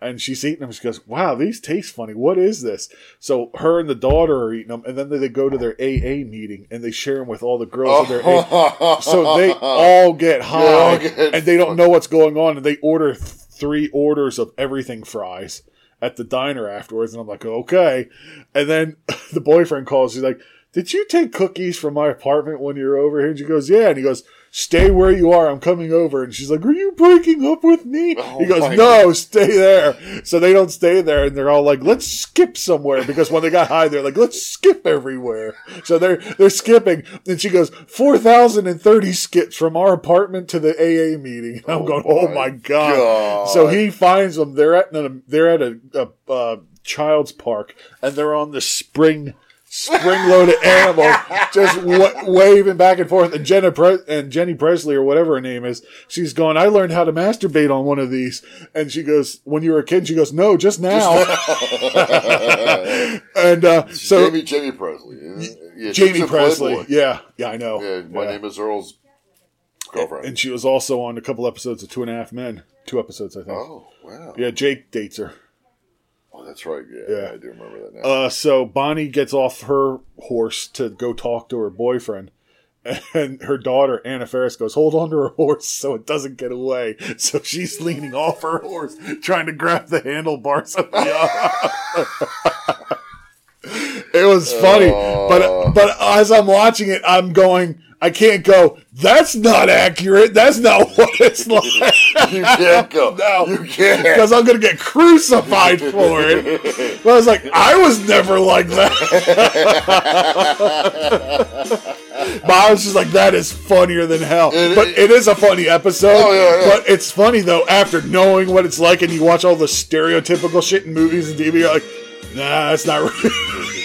and she's eating them. She goes, "Wow, these taste funny. What is this?" So her and the daughter are eating them, and then they go to their AA meeting and they share them with all the girls. in their AA. So they all get high,
all get
and they don't know what's going on, and they order th- three orders of everything fries at the diner afterwards. And I'm like, okay. And then the boyfriend calls. He's like, did you take cookies from my apartment when you were over here? And she goes, yeah. And he goes, stay where you are. I'm coming over. And she's like, are you breaking up with me? he goes,
my
no, stay there. So they don't stay there. And they're all like, let's skip somewhere. Because when they got high, they're like, let's skip everywhere. So they're, they're skipping. And she goes, 4,030 skips from our apartment to the AA meeting. And I'm going, oh
my
my God.
God.
So he finds them. They're at an, they're at a, a uh, child's park, and they're on the spring spring load of animals, just wa- waving back and forth. And Jenna Pre- and Jenny Presley or whatever her name is, she's going. I learned how to masturbate on one of these, and she goes, "When you were a kid," she goes, "No, just now." and uh, so
Jamie, Jamie Presley. Yeah, yeah, she's
Jamie
in
Presley,
Playboy.
yeah, yeah, I know.
Yeah, my name is Earl's girlfriend.
and she was also on a couple episodes of Two and a Half Men, two episodes, I think.
oh wow.
Yeah, Jake dates her.
Oh, that's right. Yeah,
Yeah.
I do remember that now.
Uh, so Bonnie gets off her horse to go talk to her boyfriend. And her daughter, Anna Ferris, goes, Hold on to her horse so it doesn't get away. So she's leaning off her horse, trying to grab the handlebars of the It was funny. But but as I'm watching it, I'm going, I can't go, that's not accurate. That's not what it's like.
you can't go.
No.
you can't.
Because I'm going to get crucified for it. But I was like, I was never like that. but I was just like, that is funnier than hell. but it is a funny episode.
Oh, yeah, yeah.
But it's funny, though, after knowing what it's like and you watch all the stereotypical shit in movies and TV, you're like, nah, that's not real.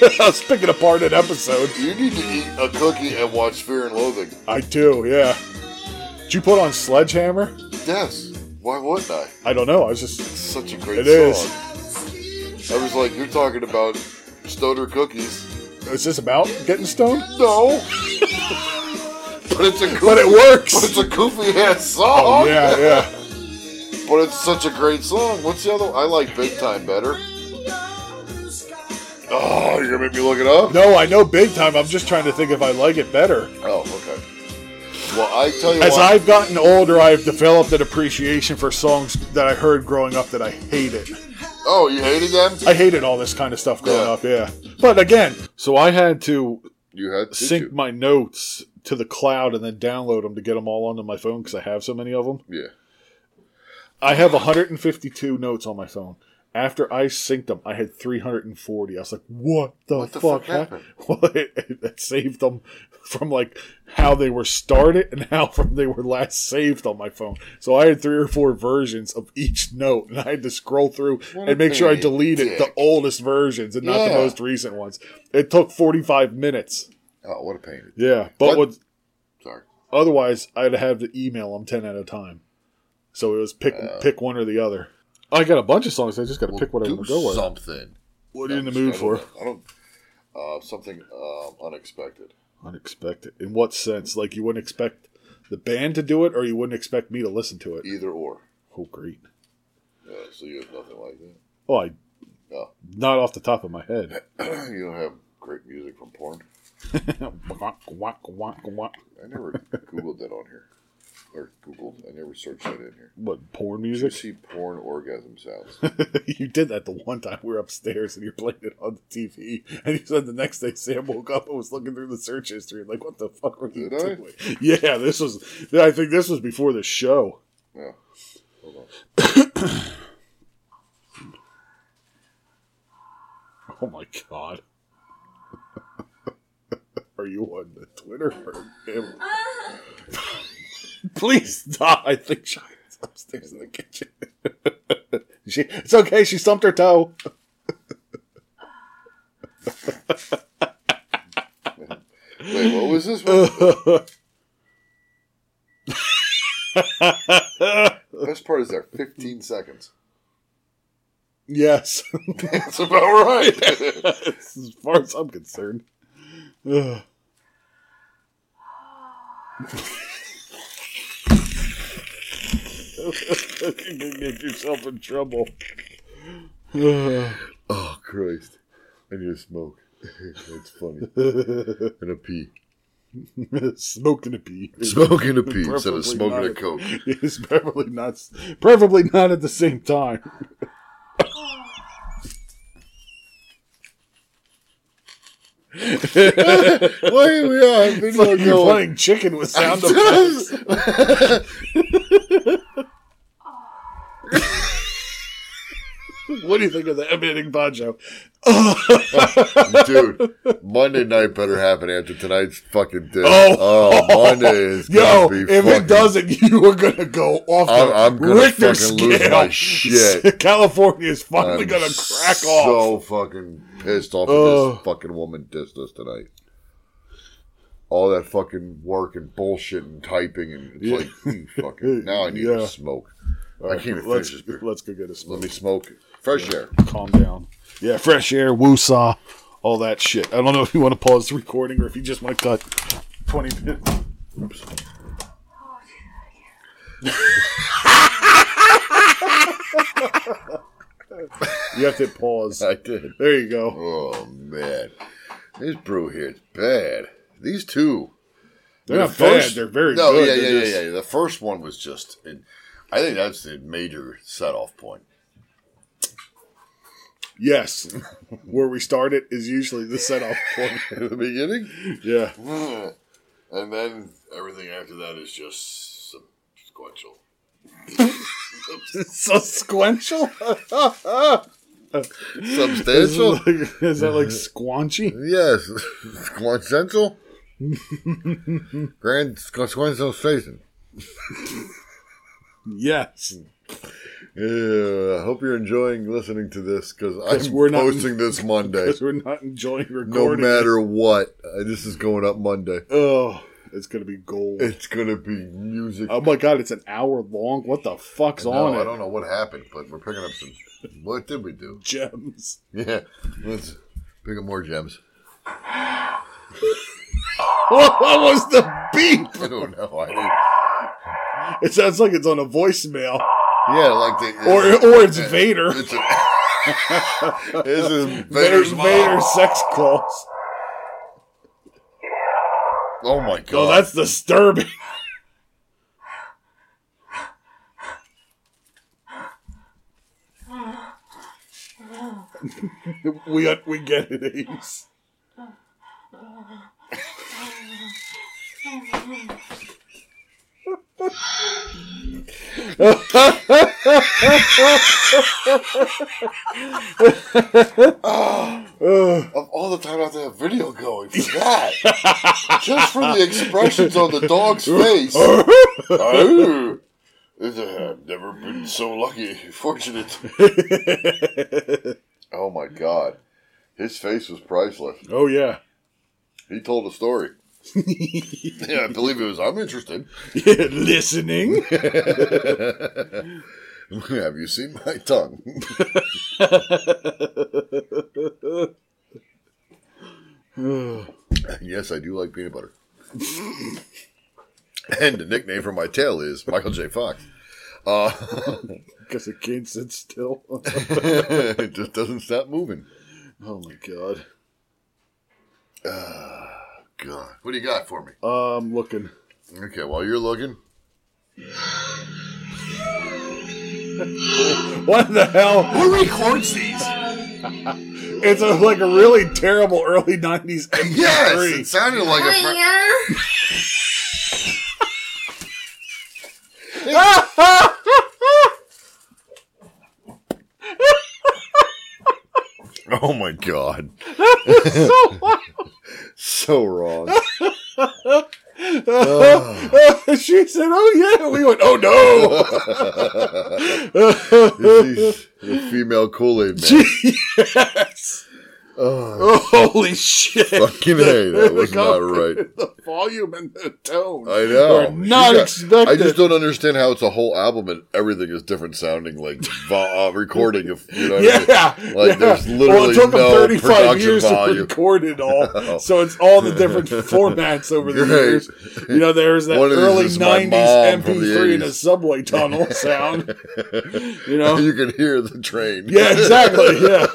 I was picking apart an episode.
You need to eat a cookie and watch Fear and Loathing.
I do, yeah. Did you put on Sledgehammer?
Yes. Why wouldn't I?
I don't know. I was just
It's such a great
It is.
song. I was like, you're talking about stoner cookies.
Is this about getting stoned?
No. but it's a goofy,
But it works.
But it's a goofy ass song.
Oh, yeah, yeah.
But it's such a great song. What's the other one? I like Big Time better. Oh, you're gonna make me look it up?
No, I know big time. I'm just trying to think if I like it better.
Oh, okay. Well, I tell you
As
what.
I've gotten older, I've developed an appreciation for songs that I heard growing up that I hated.
oh, you hated them?
I hated all this kind of stuff growing
Yeah.
up, yeah. But again, so I had to
You had did
sync
you?
my notes to the cloud and then download them to get them all onto my phone because I have so many of them.
Yeah.
I have 152 notes on my phone. After I synced them, I had 340. I was like, "What the,
What the
fuck,
fuck
happened?" Well, it, it, it saved them from like how they were started and how from they were last saved on my phone. So I had three or four versions of each note, and I had to scroll through and make sure I
pain in the
deleted the
dick.
oldest versions and not the
Yeah.
most recent ones. It took 45 minutes.
Oh, what a pain.
Yeah, but
What?
what?
Sorry.
Otherwise, I'd have to email them ten at a time. So it was pick
Uh.
pick one or the other. I got a bunch of songs. I just got to pick what I'm
Do
gonna go with.
something.
What are you in the mood for?
I don't. Uh, something um, unexpected.
Unexpected. In what sense? Like you wouldn't expect the band to do it, or you wouldn't expect me to listen to it.
Either or.
Oh, great.
Yeah, so you have nothing like that.
Oh, I
No.
not off the top of my head.
you don't have great music from porn.
Whack, whack, whack, whack.
I never googled that on here. or Googled. I never searched that in here.
What porn
You
music?
see porn orgasm sounds.
you did that the one time we were upstairs and you're playing it on the TV. And you said the next day Sam woke up and was looking through the search history and like, what the fuck were you
Did I?
doing? Yeah, this was. I think this was before the show.
Yeah.
Oh my god. Are you on the Twitter? Or Please stop. I think Shire's upstairs in the kitchen. she, it's okay. She stumped her toe.
Wait, what was this one? Best part is there 15 seconds.
Yes.
That's about right.
as far as I'm concerned. Ugh. You're gonna get yourself in trouble.
oh, Christ. I need a smoke. That's funny. and a pee.
Smoking a pee.
Smoking a pee instead
Preferably
of smoking
not
a
at-
coke.
It's preferably not, preferably not at the same time.
Why are we on video
You're playing chicken with sound effects. what do you think of the emanating poncho?
Dude, Monday night better happen after tonight's fucking day. Oh, Monday is
Yo,
gonna be
if
fucking-
it doesn't, you are gonna go off
I'm-
the
I'm gonna
Richter
fucking lose
scale.
my shit.
California is finally
I'm
gonna crack off.
So fucking pissed off that
Ugh.
this fucking woman dissed us tonight. All that fucking work and bullshit and typing and it's like mm, fucking now I need
Yeah.
to smoke. I can't even
Let's
finish this beer.
let's go get a
Let
smoke.
me smoke. Fresh air.
Calm down. Yeah, fresh air, woosah, all that shit. I don't know if you want to pause the recording or if you just want to cut twenty minutes. You have to hit pause.
I did.
There you go.
Oh man, this brew here is bad. These two.
They're
The
not bad.
first-
They're very
no,
good.
yeah,
They're
yeah,
just-
yeah, yeah. The first one was just. It, I think that's the major set-off point.
Yes. Where we started is usually the set off point.
In the beginning,
Yeah.
and then everything after that is just sequential.
Sequential? Is,
Substantial?
that like- is that like squanchy?
yes. Quintessential? Grand Quintessential Station.
Yes.
Yeah, I hope you're enjoying listening to this because I'm
we're not-
posting this Monday.
Because we're not enjoying
No
recording.
matter what, Uh, this is going up Monday.
Oh, it's going to be gold.
It's gonna be music.
Oh my god, it's an hour long. What the fuck's
No,
on it?
I don't know what happened, but we're picking up some. What did we do?
Gems.
Yeah, let's pick up more gems.
Oh, What was the beep?
I don't know. I didn't-
It sounds like it's on a voicemail.
Yeah, like the
Or or it's Vader.
It's a, this is
Vader's
Vader's mom.
Vader sex calls.
Oh my god!
Oh, that's disturbing. we we get it, Ames.
of all the time I have to have video going for that. Just for the expressions on the dog's face. Oh, I've never been so lucky, fortunate. oh my god, his face was priceless.
Oh yeah,
He told a story. yeah, I believe it was. I'm interested.
listening.
Have you seen my tongue? yes, I do like peanut butter. and the nickname for my tail is Michael J. Fox.
Because it can't sit still.
it just doesn't stop moving.
oh my god,
Ah, God, what do you got for me?
I'm Um, looking.
Okay, while you're looking,
What the hell?
Who records these?
It's a, like a really terrible early 90s MP3.
Yes, it sounded like a. Fr- Oh my god. so wrong.
she said, "Oh yeah." We went, "Oh no!"
He's the female Kool Aid man.
yes. Holy shit!
Fucking hey, that was not right.
The volume and the tone.
I know.
Were not
Yeah.
expected.
I just don't understand how it's a whole album and everything is different sounding, like vo- uh, recording. If you know, what I mean?
Yeah,
Like,
yeah.
there's
well,
literally
it took them
no
35
production
years to
value.
record it all, so it's all the different formats over the
Right.
years. You know, there's that
One of these
early
is my
90s
mom from the
MP3 in a
80s.
subway tunnel sound. You know,
you can hear the train.
yeah, exactly. Yeah,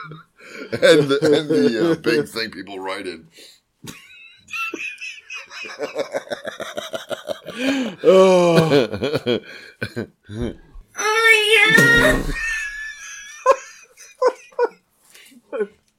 and the, and the uh, big thing people write in.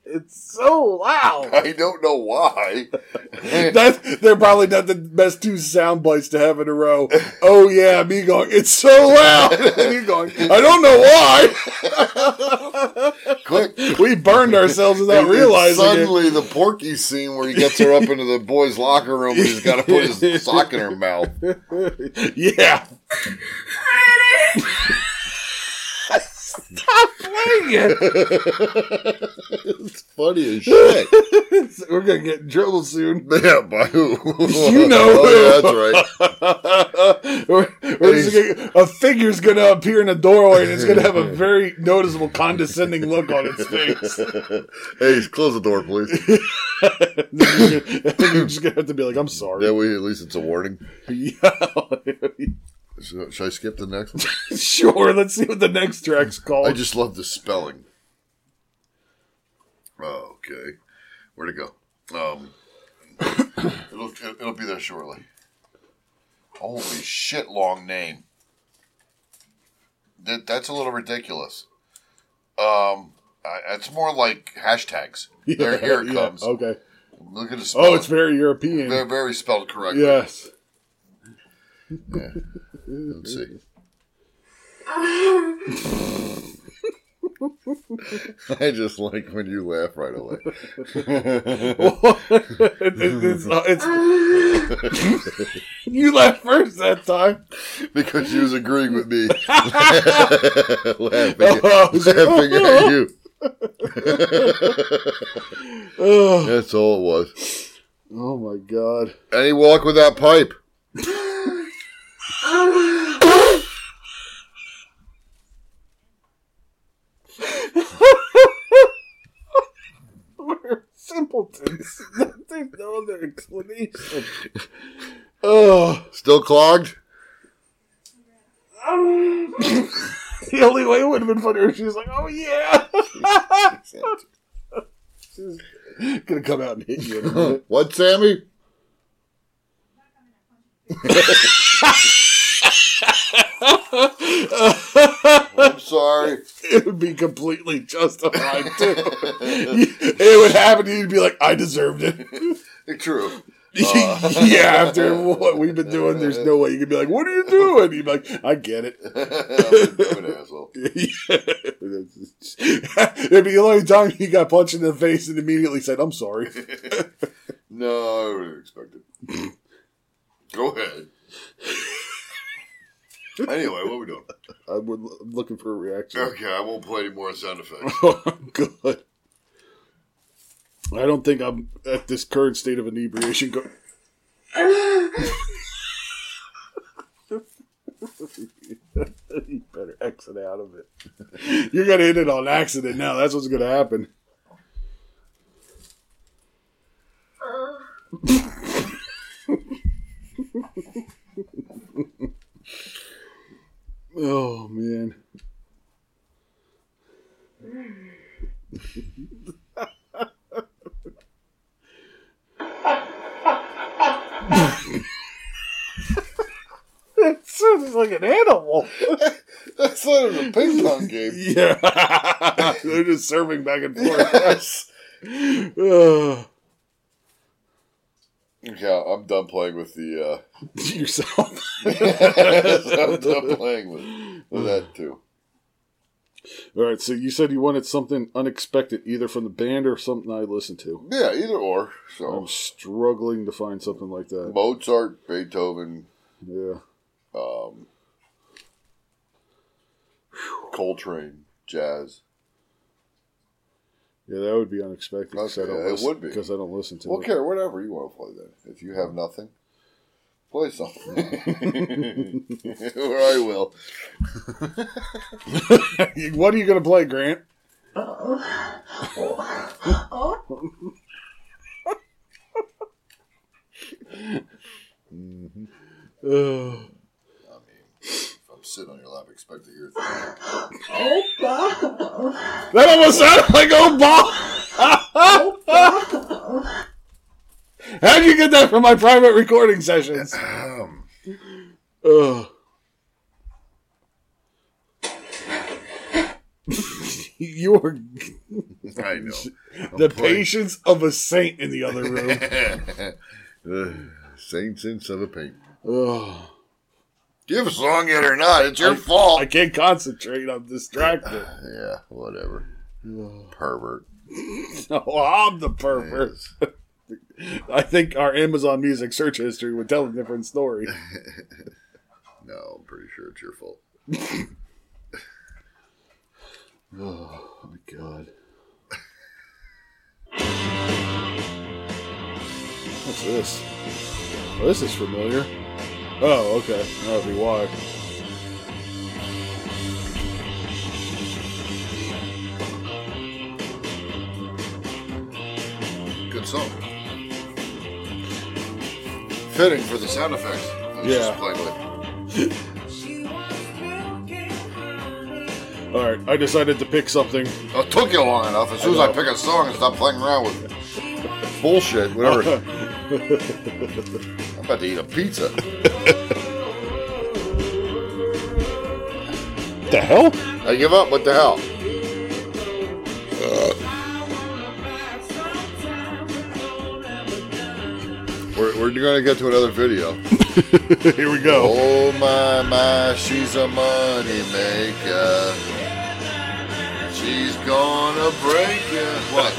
it's so loud.
I don't know why.
That they're probably not the best two sound bites to have in a row. Oh yeah, me going, it's so loud. And you going, I don't know why.
Click.
We burned ourselves without
And
realizing it.
suddenly the Porky scene where he gets her up into the boys' locker room and he's got to put his sock in her mouth.
Yeah. Stop playing it.
It's funny as shit.
We're gonna get in trouble soon.
yeah, by who?
You know
Oh,
who.
yeah, that's right.
We're, we're just gonna, a figure's gonna appear in a doorway and it's gonna have a very noticeable condescending look on its face.
Hey, close the door, please.
You're just gonna have to be like, I'm sorry.
That way, at least it's a warning.
Yeah.
So, should I skip the next one?
sure, let's see what the next track's called.
I just love the spelling. Oh, okay. Where'd it go? Um, it'll, it'll be there shortly. Holy shit, long name. That, that's a little ridiculous. Um, I, it's more like hashtags. there, here it
Yeah,
comes.
Okay.
Look at the spelling.
Oh, it's very European.
They're very spelled correctly.
yes.
Let's see. I just like when you laugh right away.
It- it- it's, uh, it's- you laughed first that time.
because she was agreeing with me, laughing, at,
Oh,
laughing at you. That's all it was.
Oh my god.
Any walk with that pipe?
We're simpletons. There's no other explanation. Oh,
Still clogged?
the only way it would have been funnier if she was like, oh yeah. She's gonna come out and hit you in a minute.
What, Sammy? I'm sorry.
it would be completely justified too. it would happen to you would be like, I deserved it.
True.
yeah, after what we've been doing, there's no way you could be like, What are you doing? You'd be like, I get it.
I'm an asshole.
It'd be the only time you got punched in the face and immediately said, I'm sorry.
No, I wouldn't expect it. Go ahead. Anyway, what we doing?
I would I'm looking for a reaction.
Okay, I won't play any more sound effects.
Good. I don't think I'm at this current state of inebriation. Go- you better exit out of it. You're gonna hit it on accident now. That's what's gonna happen. oh man.
sounds like an animal.
That's not even a ping pong game.
Yeah. They're just serving back and forth. Yes.
Yeah, I'm done playing with the.
yourself.
Uh, I'm done playing with, with that too.
All right, so you said you wanted something unexpected, either from the band or something I listened to.
Yeah, either or. So
I'm struggling to find something like
Oh.
that.
Mozart, Beethoven,
Yeah.
Coltrane, jazz.
Yeah, that would be unexpected. 'cause I
Okay,
don't
it
listen-
would be.
Because I don't listen to
Well,
it.
care whatever you want to play then. If you have nothing, play something. or I will.
what are you going to play, Grant? Mm-hmm. Mhm. Ugh.
If I'm sitting on your lap, expect to hear things.
that almost sounded like old Bob. How'd you get that from my private recording sessions?
Um,
Ugh. you are
I know.
the
playing.
patience of a saint in the other room.
Saints instead of paint.
Ugh.
Do you have a song yet or not? It's your fault.
I can't concentrate. I'm distracted.
yeah, whatever. Pervert.
No, I'm the pervert. I think our Amazon music search history would tell a different story.
No, I'm pretty sure it's your fault.
Oh my god. What's this? Oh, this is familiar. Oh, okay. That'll be why.
Good song. Fitting for the sound effects. I was
Yeah.
Just playing with.
Alright, I decided to pick something.
It took you long enough. As soon as I pick a song and stop playing around with it. bullshit, whatever. I'm about to eat a pizza.
The hell?
I give up. What the hell? We're, we're going to get to another video.
Here we go.
Oh my my, she's a money maker. She's gonna break you. What?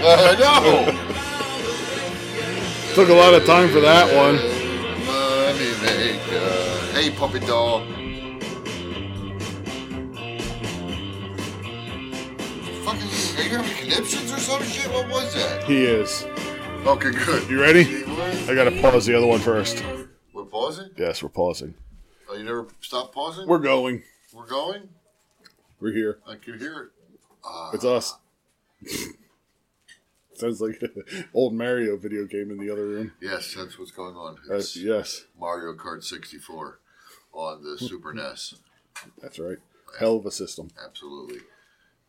uh, no.
Took a lot of time for that one.
Money maker. Hey, puppy doll. Fucking, are you having conniptions or some shit? What was that?
He is.
Okay, good.
You ready? I gotta pause the other one first.
We're pausing.
Yes, we're pausing.
Oh, you never stop pausing.
We're going.
We're going.
We're here.
I can hear it.
It's us. Sounds like an old Mario video game in the other room.
Yes, that's what's going on.
Uh,
It's-
yes,
Mario Kart 64 on the Super E NES.
that's right. Hell of a system.
Absolutely.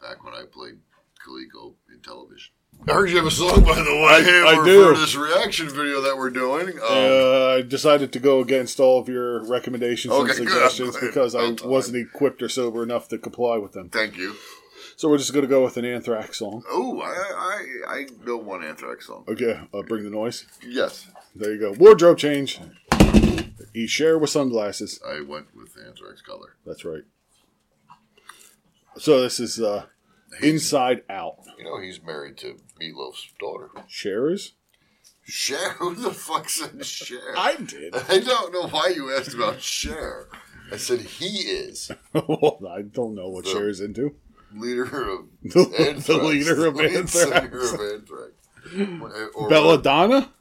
Back when I played Coleco in television. I heard you have a song, by the way.
I
for-
do.
For this reaction video that we're doing. Um,
Uh, I decided to go against all of your recommendations and
Okay, good. uh,
suggestions because I
About time.
wasn't equipped or sober enough to comply with them.
Thank you.
So we're just going to go with an Anthrax song.
Oh, I, I, I know one Anthrax song.
Okay, uh, bring the noise.
Yes,
There you go. Wardrobe change. E share with sunglasses.
I went with Anthrax Color.
That's right. So this is uh, Inside Out.
You know, he's married to Meatloaf's daughter.
Sharers?
Cher? Who the fuck said Cher?
did.
I don't know why you asked about Cher. I said he is.
I don't know what Cher's into.
leader of
The- the
Anthrax.
leader of
lead
Anthrax.
singer of Anthrax. Or-
Belladonna?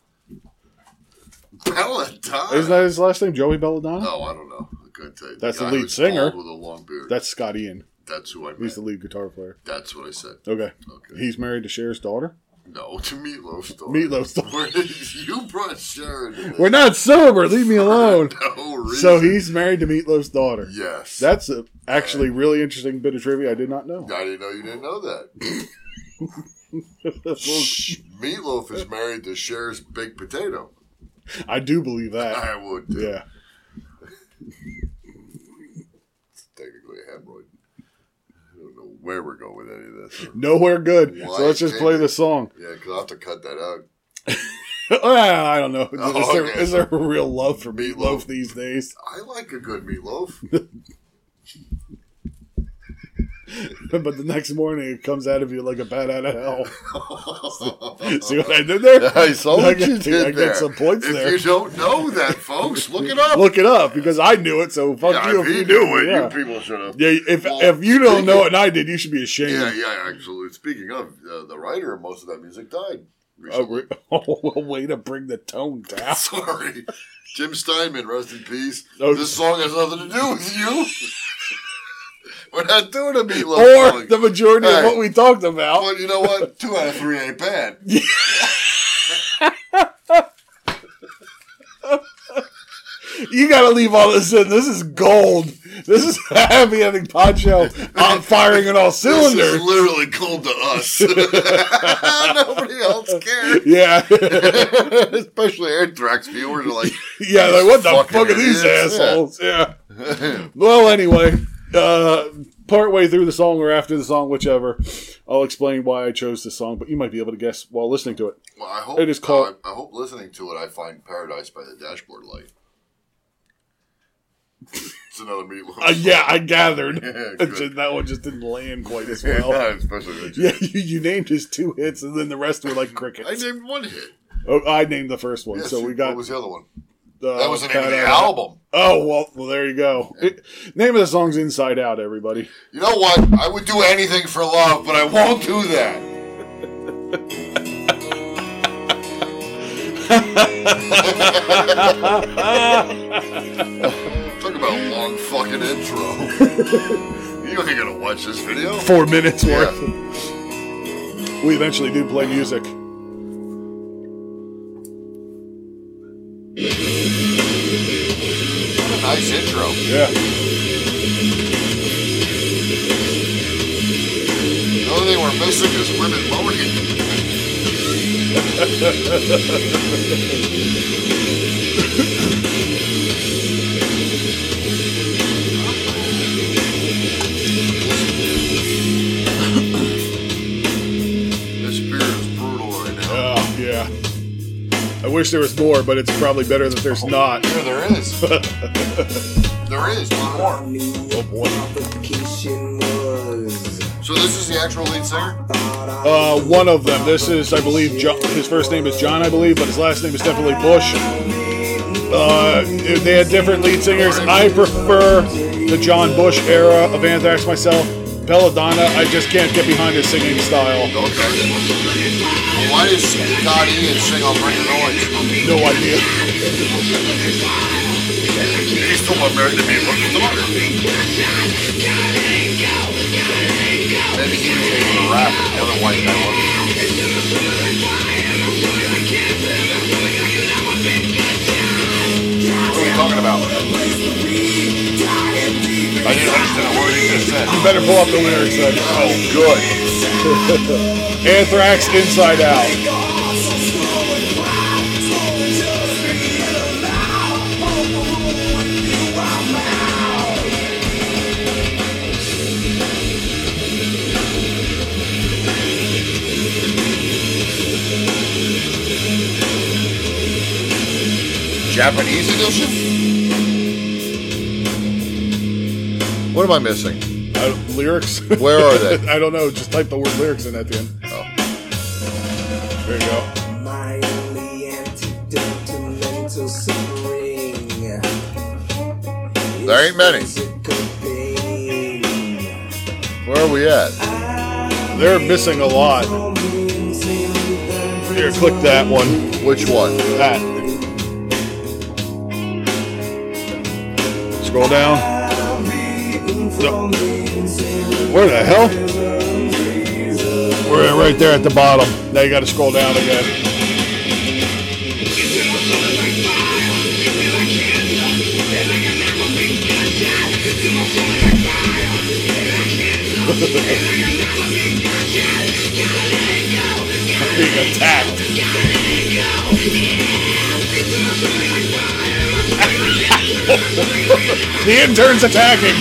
Belladonna.
Isn't that his last name? Joey Belladonna?
No, Oh, I don't know. I couldn't tell you.
That's the
guy
lead
who's
singer.
bald With a long beard.
That's Scott Ian.
That's who I meant.
He's the lead guitar player.
That's what I said.
Okay.
Okay.
He's married to Cher's daughter?
No, to Meatloaf's daughter.
Meatloaf's daughter.
Where did- you brought Sharon. to this
We're not sober. Leave me alone.
for No reason.
so he's married to Meatloaf's daughter.
Yes.
That's a actually really interesting bit of trivia I did not know.
I didn't know you didn't know that. Meatloaf is married to Cher's baked potato.
I do believe that.
I would. too.
Yeah.
It's technically a hemorrhoid. I don't know where we're going with any of this.
Nowhere good.
Why
So let's just
did
play
it?
the song.
Yeah, because I'll have to cut that out.
Ah, I don't know. Is,
Oh,
there,
okay.
is there a real love for meatloaf,
Meatloaf.
these days?
I like a good meatloaf.
but the next morning, it comes out of you like a bat out of hell. See what I did there?
I saw what
get-
you did
I
there.
get some points
if
there.
you don't know that, folks, look it up.
Look it up because I knew it. So fuck
yeah,
you
if
if you
he knew it,
Yeah.
you people should have.
Yeah, if
Well,
if you don't
speaking-
know it and I did, you should be ashamed.
Yeah, yeah, actually. Speaking of, uh, the writer of most of that music died.
Oh,
recently.
re- oh, well, way to bring the tone down.
Sorry. Jim Steinman, rest in peace.
Oh.
This song has nothing to do with you. We're not doing a meatloaf
Or
song.
the majority
Hey.
of what we talked about.
But you know what? Two out of three ain't bad.
You gotta leave all this in. This is gold. This is a happy ending pod show. I'm firing on all
This
cylinders.
is literally cold to us. Nobody else cares.
Yeah.
Especially Anthrax viewers are like,
yeah, like what the
Fucking
fuck are these
idiots, yeah.
assholes? Yeah. well anyway, uh part way through the song or after the song, whichever, I'll explain why I chose this song, but you might be able to guess while listening to it.
well, I hope
It is called-
I, I hope listening to it, I find paradise by the dashboard light. It's another meatloaf.
Uh, yeah, I gathered.
Yeah,
It's
good.
just- that one just didn't land quite as
Yeah,
well.
especially with you.
Yeah, you, you named his two hits, and then the rest were like crickets.
I named one hit.
oh, I named the first one,
Yes,
so we got
what was the other one?
uh,
That was the name of the
Pat-
album.
Oh well, well there you go. It- name of the song's "Inside Out." Everybody,
You know what? I would do anything for love, but I won't do that. Talk about long fucking intro. you ain't gonna watch this video.
four minutes
Yeah.
worth. We eventually do play music.
Nice intro.
Yeah,
The only thing we're missing is women moaning. this beer is brutal right now.
oh, yeah. I wish there was more, but it's probably better that there's not.
Yeah, there is. there is one more.
Oh boy.
So this is the actual lead singer.
Uh, one of them. This is, I believe, jo- his first name is John, I believe, but his last name is definitely Bush. Uh, they had different lead singers. I prefer the John Bush era of Anthrax myself. Belladonna, I just can't get behind his singing style.
Okay. Why does Scott Ian sing on Bring the Noise?
No idea.
He's still not married to me. Look at the daughter. Maybe he became a rapper. The other white guy was. What are we talking about? I didn't understand a word he just said.
You better pull up the lyrics then.
Oh, good.
"Oh, Anthrax Inside Out.
Japanese edition? What am I missing?
Uh, lyrics?
Where are they?
I don't know. Just type the word lyrics in at the end.
Oh.
There you go.
My only antidote to mental suffering.
There ain't many. Where are we at?
They're missing a lot. Here, click that one.
Which one?
That. Scroll down. No. Where the hell? We're right there at the bottom. Now you got to scroll down again. Being attacked. the intern's attacking.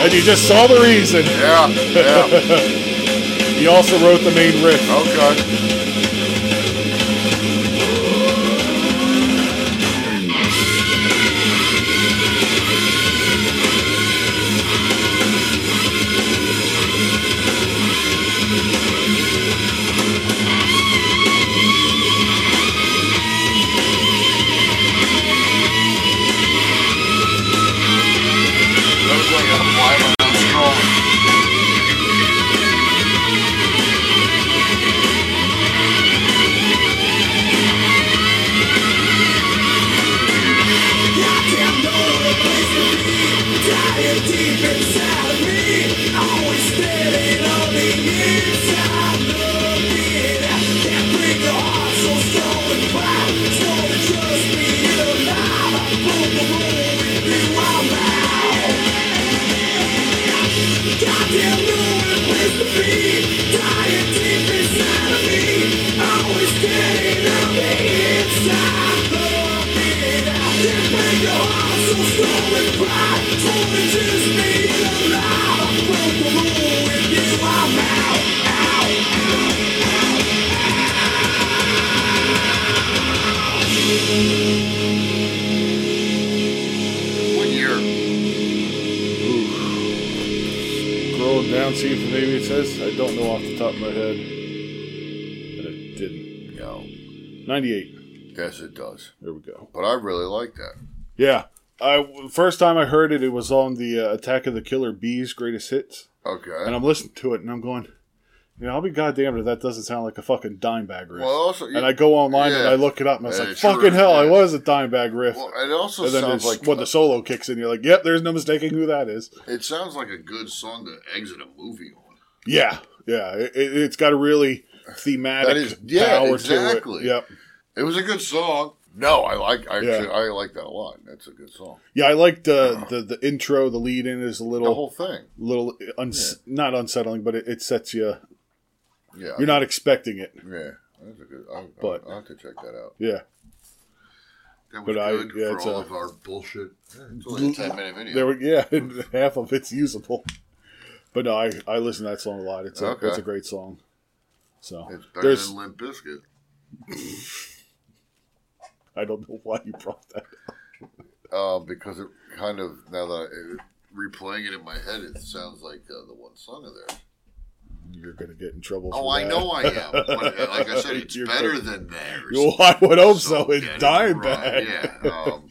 And you just saw the reason.
Yeah,
yeah. Oh. he also wrote the main riff.
Okay. That was like I'm live on that scrolling. What year?
Scrolling down, see if maybe it says. I don't know off the top of my head. But it didn't.
No.
98.
Yes, it does.
There we go.
But I really like that.
Yeah. I first time I heard it, it was on the uh, Attack of the Killer Bees Greatest Hits, and
Okay.
I'm listening to it, and I'm going, you know, I'll be goddamned if that doesn't sound like a fucking dime bag riff.
Well, also, you-
and I go online and
yeah.
I look it up, and I was
Yeah,
like,
sure,
fucking hell, I
yeah.
was a dime bag riff.
Well, it also
and then
sounds
it's-
like
when the solo kicks in, you're like, yep, there's no mistaking who that is.
it sounds like a good song to exit a movie on.
Yeah, yeah, it, it- it's got a really thematic
That is- yeah,
power to
exactly.
it. Yep.
It was a good song. No, I like. I
Yeah.
actually, I like that a lot. That's a good song.
Yeah, I liked the the, the intro, the lead in is a
Oh. The
little
whole thing.
little uns- not unsettling, but it, it sets you.
Yeah.
You're not expecting it.
Yeah. That's a good. I,
But-
I, will have to check that out.
Yeah,
That was
But I-
good
yeah,
for
it's
all
a-
of our bullshit. Yeah, It's only a ten minute video.
there. We, yeah, half of it's usable. But no, I, I listen to that song a lot. It's a,
Okay.
it's a great song. So
it's better
there's
than Limp Biscuit.
I don't know why you brought that. up.
Uh, because it kind of now that I, replaying it in my head, it sounds like uh, the one song of theirs.
You're gonna get in trouble.
Oh,
for
I
that.
know I am. But, uh, like I said, it's
You're
better
good.
than theirs.
Well, I would hope so.
So
It's
get it
dime
right,
bag.
yeah, um,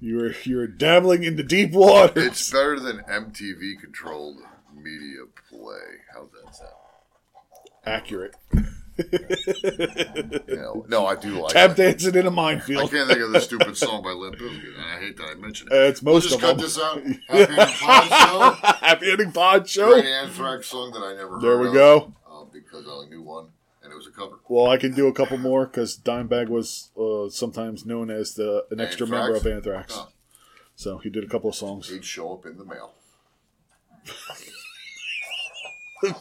you were you were dabbling in the deep water.
It's better than MTV controlled media play. How's that sound?
Accurate.
You know, no, I do like
Tap
that.
dancing in a
I
minefield.
can't think of the stupid song by Limp Bizkit, and I hate that I mentioned it.
Uh, it's most
we'll just
of
cut
them.
this out. Happy and Fun Show.
Happy ending pod show.
Great Anthrax song that I never heard.
There we
of,
go.
Uh, because I only knew one, and it was a cover.
Well, I can do a couple more because Dimebag was uh, sometimes known as the an extra
Anthrax?
member of Anthrax.
Oh.
So he did a couple of songs.
He'd show up in the mail.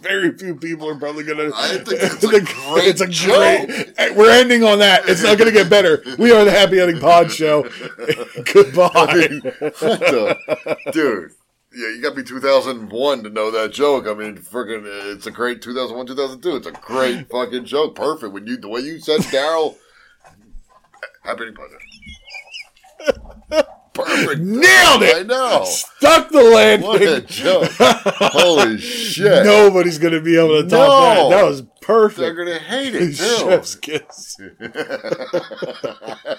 Very few people are probably gonna.
I think that's a great
it's a
joke.
great- We're ending on that. It's not gonna get better. We are the Happy Ending Pod Show. Goodbye.
What the- Dude. Yeah, you got to be 2001 to know that joke. I mean, freaking, it's a great 2001, 2002. It's a great fucking joke. Perfect. When you the way you said Daryl, happy buzzer. Perfect.
Nailed it.
I know.
Stuck the landing.
What a joke. Holy shit.
Nobody's gonna be able to top
No.
that. That was Perfect.
They're gonna hate it, too.
Chef's kiss.
Oh. I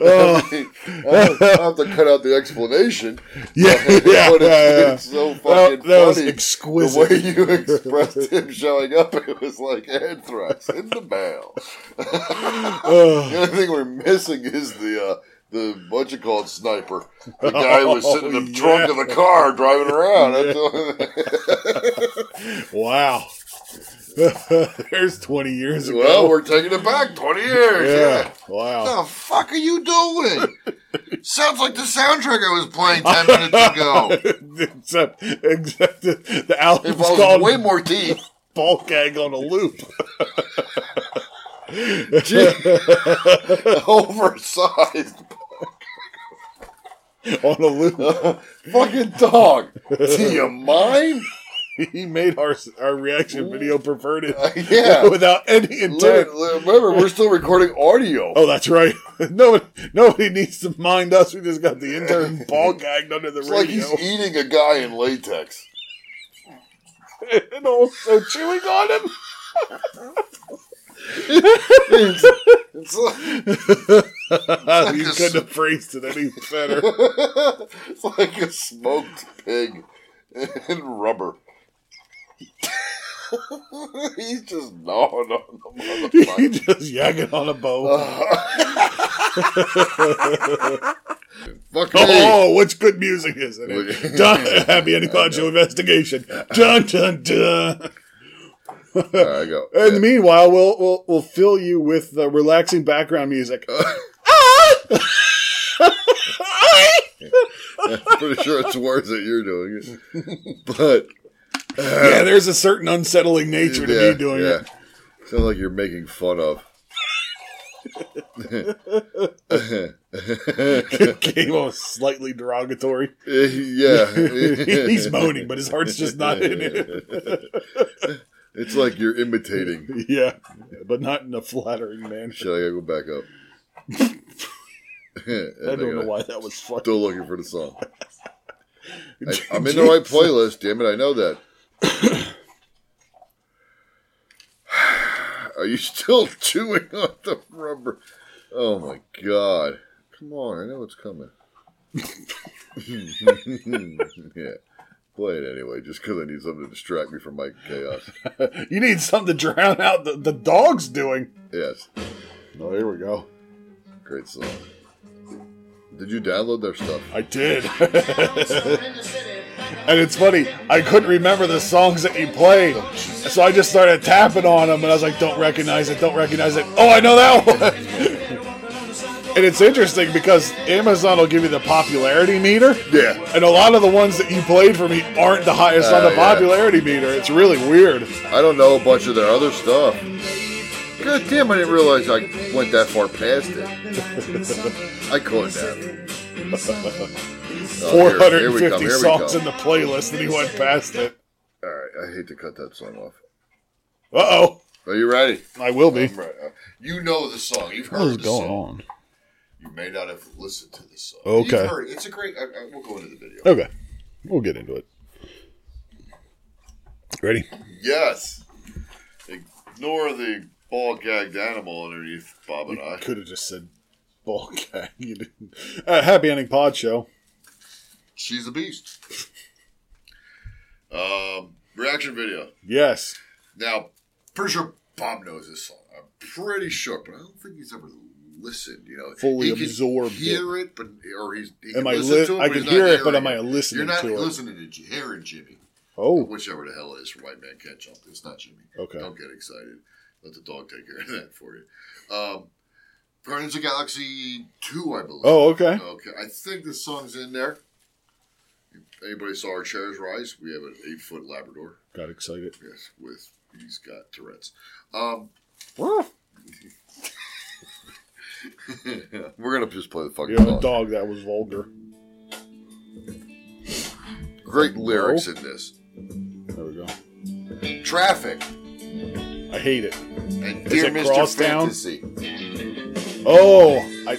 Oh,
mean, I'll, I'll have to cut out the explanation.
Yeah, yeah, yeah,
but it's,
yeah.
it's so fucking
Well, that was
funny.
exquisite.
The way you expressed him showing up, it was like anthrax in the mail.
Oh,
the only thing we're missing is the uh, the what you call it, sniper. The guy who was sitting in
Oh,
the trunk of the car driving around. That's
Yeah.
the only thing.
Wow. There's 20 years ago.
Well, we're taking it back twenty years.
Yeah.
yeah.
Wow.
What the fuck are you doing? Sounds like the soundtrack I was playing ten minutes ago.
except, except the, the album's
Involves
called
way more teeth.
Ball Gag on a Loop.
Oversized
on a loop.
fucking dog. Do you mind?
he made our our reaction video perverted.
yeah.
Without any intent.
Look, look, Remember, we're still recording audio.
Oh, that's right. nobody, nobody needs to mind us. We just got the intern ball gagged under the
It's like
radio
he's eating a guy in latex.
and also chewing on him.
It's, it's like,
you
a
couldn't have phrased it any better.
it's like a smoked pig in rubber. he's just gnawing on the
he
motherfucker.
just yagging on a bow.
Uh, Fuck me.
Oh, what's good music is in it?
Look-
Dun, happy Andy Poncho investigation. Dun dun dun.
There I go.
And meanwhile, we'll we'll we'll fill you with the relaxing background music.
Uh.
Ah!
I'm pretty sure it's worse that you're doing it. But
yeah, there's a certain unsettling nature to me doing it.
Sounds like you're making fun of.
Came off slightly derogatory.
Eh, yeah. eh,
He's moaning, but his heart's just not in it.
It's like you're imitating.
Yeah, but not in a flattering manner.
Shit, I gotta go back up.
I don't know why that was funny.
Still looking for the song. I, I'm in the right playlist, damn it, I know that. Are you still chewing on the rubber? Oh my god. Come on, I know it's coming. yeah. Play it anyway, just because I need something to distract me from my chaos.
You need something to drown out the, the dog's doing.
Yes.
Oh, here we go.
Great song. Did you download their stuff?
I did. and it's funny, I couldn't remember the songs that you played. So I just started tapping on them and I was like, don't recognize it, don't recognize it. Oh, I know that one. and it's interesting because Amazon will give you the popularity meter.
Yeah.
And a lot of the ones that you played for me aren't the highest on
Uh,
the
yeah. Oh,
popularity meter. It's really weird.
I don't know a bunch of their other stuff. God damn, I didn't realize I went that far past it. I couldn't have. Oh, here- here we
450
come, here we
songs
come.
in the playlist and he went past it.
All right, I hate to cut that song off.
Uh oh.
Are you ready?
I will be.
I'm right. Uh, You know the song. You've heard
What is
the
going
song.
on?
You may not have listened to this song.
Okay.
You've heard it. It's a great. I, I, we'll go into the video.
Okay. We'll get into it. Ready?
Yes. Ignore the ball gagged animal underneath Bob and I.
Could have just said ball gag. You didn't. Uh, happy ending pod show.
She's a beast. Um, reaction video.
Yes.
Now, pretty sure Bob knows this song. I'm pretty sure, but I don't think he's ever listened. You know,
Fully
he can
absorbed
hear it, but or he's he
Am
can
I
listen
li-
to it,
I
but
can
he's not
hear it, but am
hearing
I listening
You're not
to it?
listening to J- hearing Jimmy,
Oh.
whichever the hell it is for White Man Can't Jump. It's not Jimmy.
Okay.
don't get excited. Let the dog take care of that for you. Um, Guardians of the Galaxy Two, I believe.
Oh, okay.
Okay, I think this song's in there. Anybody saw our chairs rise? We have an eight foot Labrador.
Got excited.
Yes, with he's got Tourette's. Um,
Woof.
we're gonna just play the fucking
You know, a
song.
dog that was vulgar.
Great lyrics in this.
Oh, There we go.
Traffic
I hate it.
and
Is
Dear
it
Mr.
Crosstown?
Fantasy.
Oh, I.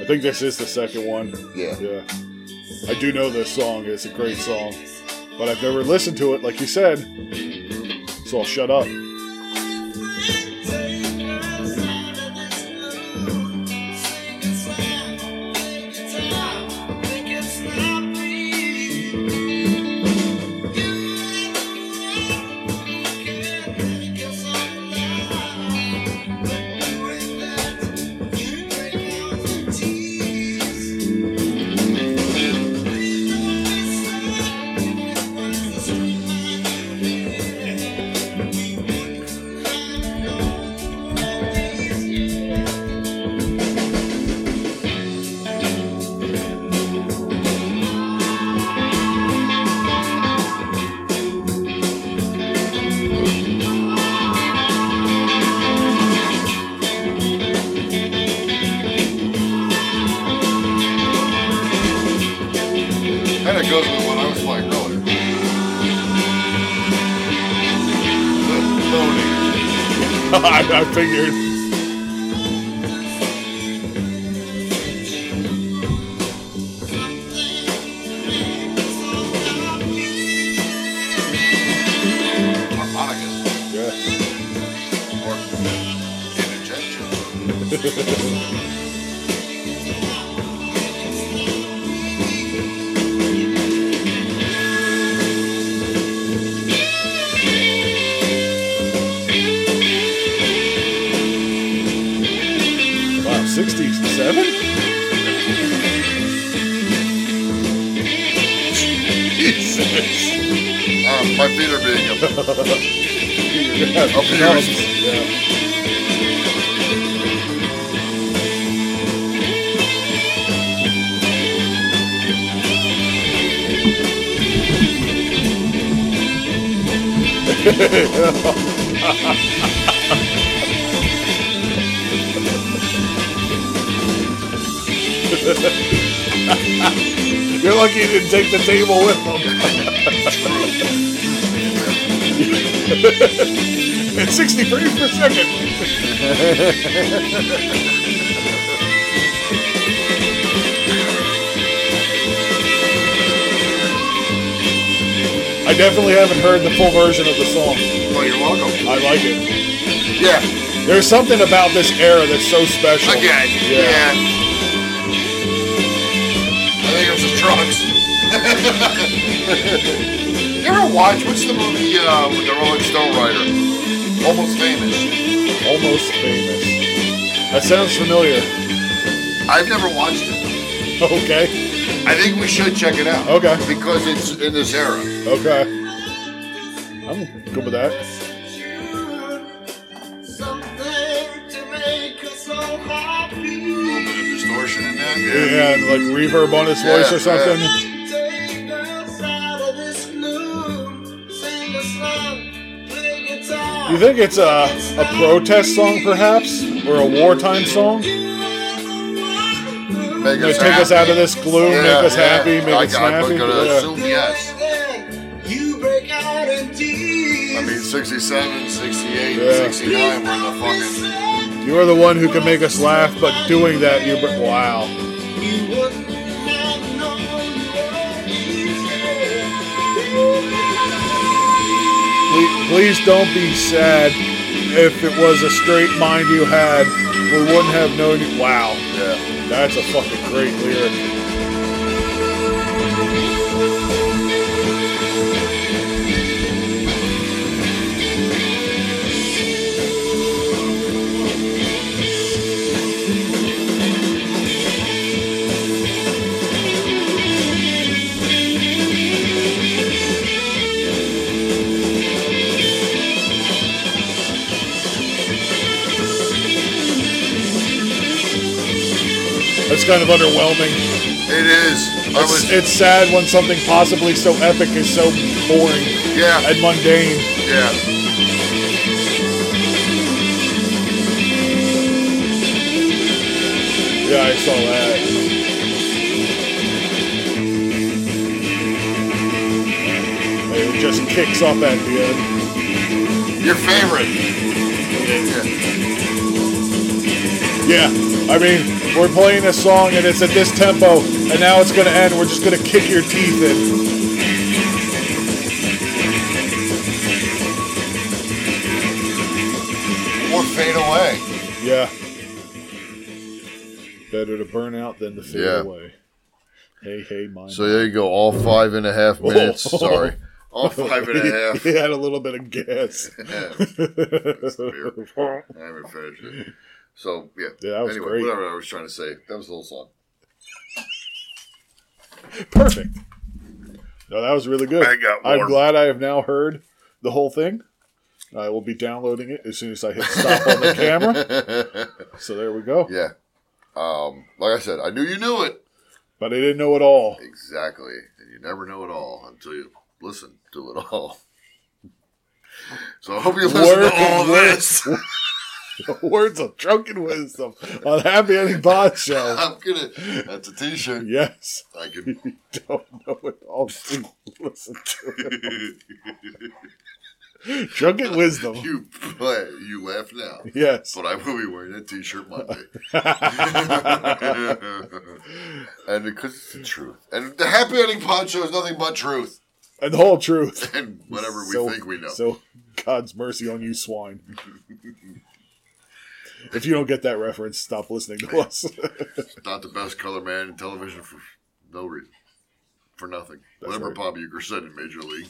I think this is the second one.
Yeah.
Yeah. I do know this song. It's a great song. but I've never listened to it, like you said. So I'll shut up.
And it goes with what I was oh, playing earlier.
I, I figured. Wow, 67?
Jesus. Um, my feet are being up. up here.
You're lucky you didn't take the table with them. At 60 frames per second. I definitely haven't heard the full version of the song.
Well, you're welcome.
I like it.
Yeah.
There's something about this era that's so special.
Again. Yeah. I think it was the trucks. you ever watch what's the movie uh, with the Rolling Stone writer? Almost famous.
Almost famous. That sounds familiar.
I've never watched it.
Okay.
I think we should check it out.
Okay.
Because it's in this era.
Okay. I'm good with that.
A little bit of distortion in that.
Yeah,
Yeah.
and like reverb on his voice
Yeah,
or something. You think it's a, a protest song, perhaps, or a wartime song?
Make
Gonna take us out of this gloom,
Yeah,
make us
yeah.
happy, make
I,
us
I'm
happy.
gonna
Yeah.
assume yes. I mean, 67, 68,
Yeah.
69 were the fucking.
You are the one who can make us laugh, but doing that, you. Br- wow. Please, please don't be sad. If it was a straight mind you had, we wouldn't have known you. Wow.
Yeah.
That's a fucking great lyric. That's kind of underwhelming.
It is. I
It's,
was.
it's sad when something possibly so epic is so boring
yeah.
and mundane.
yeah.
Yeah, I saw that. It just kicks up at the end.
Your favorite.
Yeah, I mean, we're playing a song and it's at this tempo, and now it's gonna end. We're just gonna kick your teeth in.
fade away.
Yeah. Better to burn out than to fade
Yeah.
away. Hey, hey, mine.
So there you go. All five and a half minutes. Sorry. All five and a half.
he had a little bit of gas.
I haven't finished it. So yeah.
Yeah, that was
anyway,
great.
whatever I was trying to say. That was the whole song.
Perfect. No, that was really good.
I got
I'm
warm.
glad I have now heard the whole thing. I will be downloading it as soon as I hit stop on the camera. So there we go.
Yeah. Um, like I said, I knew you knew it.
But I didn't know it all.
Exactly. And you never know it all until you listen to it all. So I hope you listen
Work
to all
and work.
this.
Words of drunken wisdom on Happy Ending Pod Show.
I'm gonna that's a t shirt.
Yes.
I can
You don't know it all. so Listen to it. Drunken wisdom.
you play you laugh now.
Yes.
But I will be wearing that t shirt Monday. and because it's the truth. And the happy ending pod show is nothing but truth.
And the whole truth.
And whatever we
So-
think we know.
So, God's mercy on you, swine. if you don't get that reference, stop listening to us.
Not the best color man in television for no reason. For nothing.
That's
Whatever
right.
Bob Uecker said in Major League.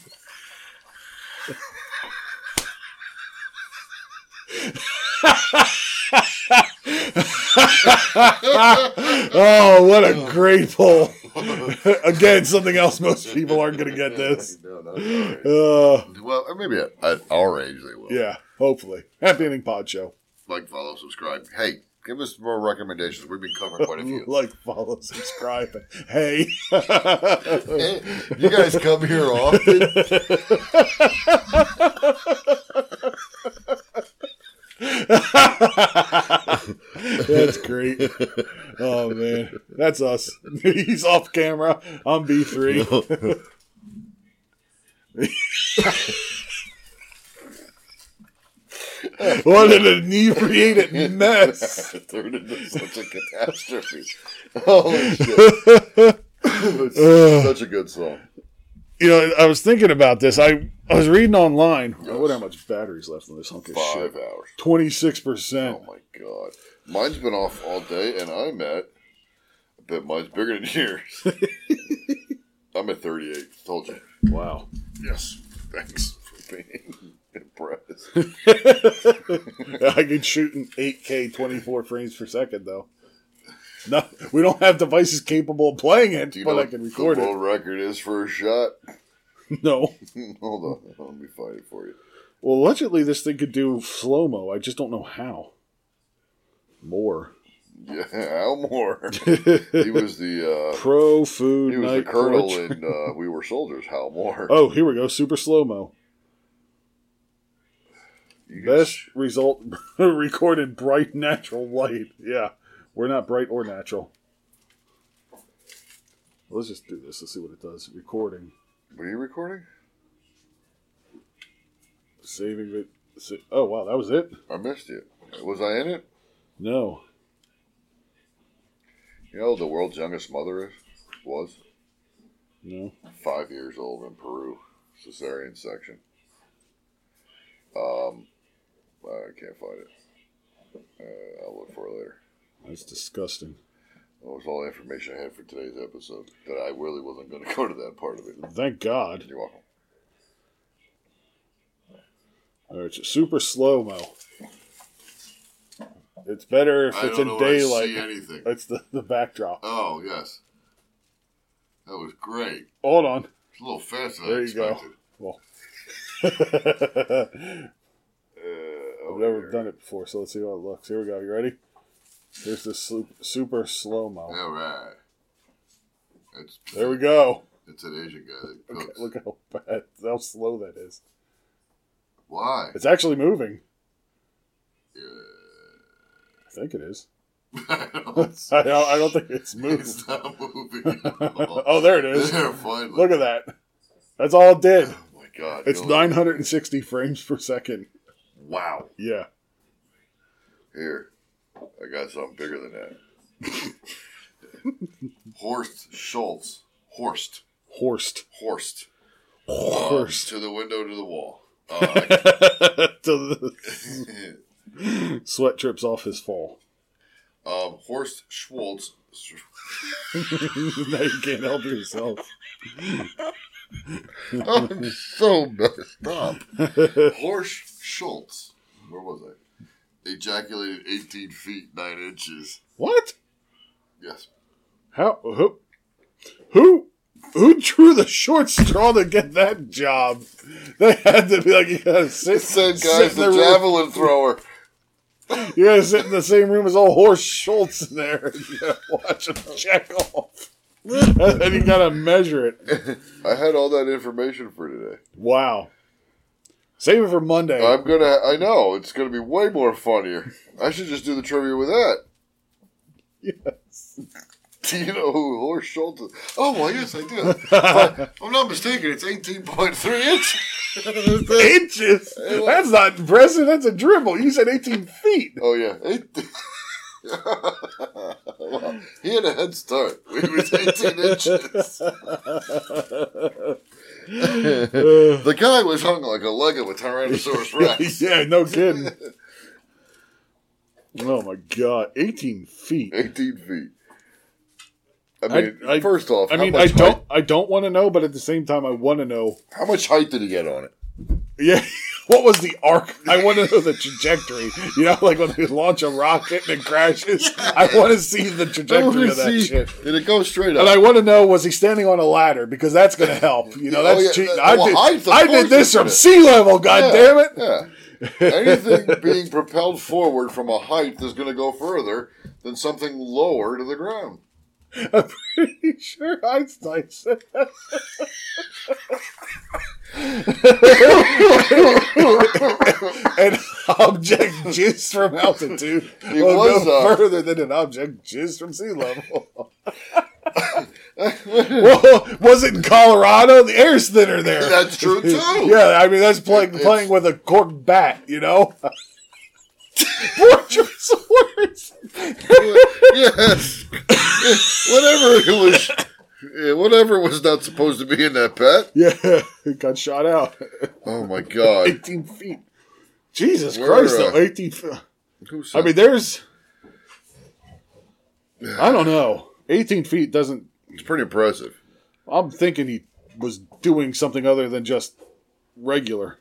oh, what a great pull. Again, something else most people aren't going to get this. Uh,
Well, or maybe at, at our age they will.
yeah, hopefully. Happy Ending Pod Show.
Like, follow, subscribe. Hey, give us more recommendations. We've been covering quite a few.
Like, follow, subscribe. Hey.
Hey, you guys come here often.
That's great. Oh man, that's us. He's off camera. I'm B three. what an inebriated mess!
Turned into such a catastrophe. Holy shit. It's such a good song.
You know, I was thinking about this. I I was reading online. Oh, I wonder how much battery's left on this hunk of
Five
shit.
hours.
Twenty six percent.
Oh my god. Mine's been off all day, and I'm at. I bet mine's bigger than yours. I'm at 38. Told you.
Wow.
Yes. Thanks for being impressed.
I can shoot in 8K 24 frames per second, though. No, we don't have devices capable of playing it,
Do you
but
know
I can record
what the world
it.
record is for a shot?
No.
Hold on. Let me find it for you.
Well, allegedly, this thing could do slow mo. I just don't know how. More.
Yeah, Al Moore. he was the. Uh,
Pro food
he was
night.
the colonel
Coach.
in uh, We Were Soldiers, Hal Moore.
Oh, here we go. Super slow mo.
You can
Best result recorded bright natural light. Yeah, we're not bright or natural. Let's just do this. Let's see what it does. Recording.
Were you recording?
Saving it. Sa- Oh, wow. That was it?
I missed you. Was I in it?
No.
You know who the world's youngest mother is was
No.
five years old in Peru, cesarean section. Um, I can't find it. Uh, I'll look for it later.
That's disgusting.
That was all the information I had for today's episode. That I really wasn't going to go to that part of it.
Thank God.
You're welcome.
All right, so super slow mo. It's better if
I
it's
don't
in
know where I
daylight.
see anything.
That's the, the backdrop.
Oh yes, that was great.
Hold on.
It's a little faster than
There
I
you go.
expected.
Well, I've
Uh, over
never
here.
done it before, so let's see how it looks. Here we go. You ready? Here's the su- super slow mo.
All right. It's
There we go.
it's an Asian guy that
Okay,
cooks.
look how bad, how slow that is.
Why?
It's actually moving. I think it is. I don't, I don't think it's moved.
It's not moving. at all.
oh, there it is.
There, finally.
Look at that. That's all it did.
Oh my god.
It's
you know,
960 frames per second.
Wow.
Yeah.
Here, I got something bigger than that. Horst Schultz. Horst.
Horst.
Horst.
Horst.
To the window, to the wall. Uh,
To the- Sweat drips off his fall.
Um, Horst Schwartz.
now you can't help yourself.
I'm so messed up. Horst Schultz. Where was I? Ejaculated 18 feet 9 inches.
What?
Yes.
How? Who? Who? Who drew the short straw to get that job? They had to be like, you gotta sit.
Same
sit
guy's
in
the
room-
javelin thrower.
You gotta sit in the same room as old Horse Schultz in there. and You gotta watch him check off. And then you gotta measure it.
I had all that information for today.
Wow. Save it for Monday.
I'm gonna. I know it's gonna be way more funnier. I should just do the trivia with that. Uh,
Yes.
Do you know who Horst Schultz is? Oh well, yes, I do. If I- if I'm not mistaken, it's 18.3 inches.
Inches? That's not impressive. That's a dribble. You said 18 feet.
oh yeah. Eight- Well, he had a head start. It was 18 inches. the guy was hung like a leg of a Tyrannosaurus Rex.
yeah, no kidding. Oh my god, 18 feet.
18 feet. I
I-
mean,
I-
first off,
I
how
mean, I
much
don't,
height-
I don't want to know, but at the same time, I want to know.
how much height did he get on it?
Yeah, what was the arc? I want to know the trajectory. You know, like when they launch a rocket and it crashes. I want to see the trajectory of that
See,
shit.
Did it go straight up?
And I want to know was he standing on a ladder because that's going to help. You know,
Oh,
that's
yeah,
cheating.
that-
I
well,
did,
height, of
I
course
did this
it's
from
gonna-
sea level. God
Yeah,
damn it!
Yeah. Anything being propelled forward from a height is going to go further than something lower to the ground.
I'm pretty sure Einstein said that. an object jizzed from altitude
It
will
was,
go
uh,
further than an object jizzed from sea level. well, was it in Colorado? The air's thinner there.
That's true, too.
yeah, I mean that's playing
It's-
playing with a cork bat, you know. Poor choice of words.
yes. whatever it was, yeah, whatever was not supposed to be in that pet.
Yeah, it got shot out.
Oh my god.
18 feet. Jesus
We're,
Christ,
uh,
though. 18 feet.
Who
I
said-
mean, there's. I don't know. 18 feet doesn't.
it's pretty impressive.
I'm thinking he was doing something other than just regular.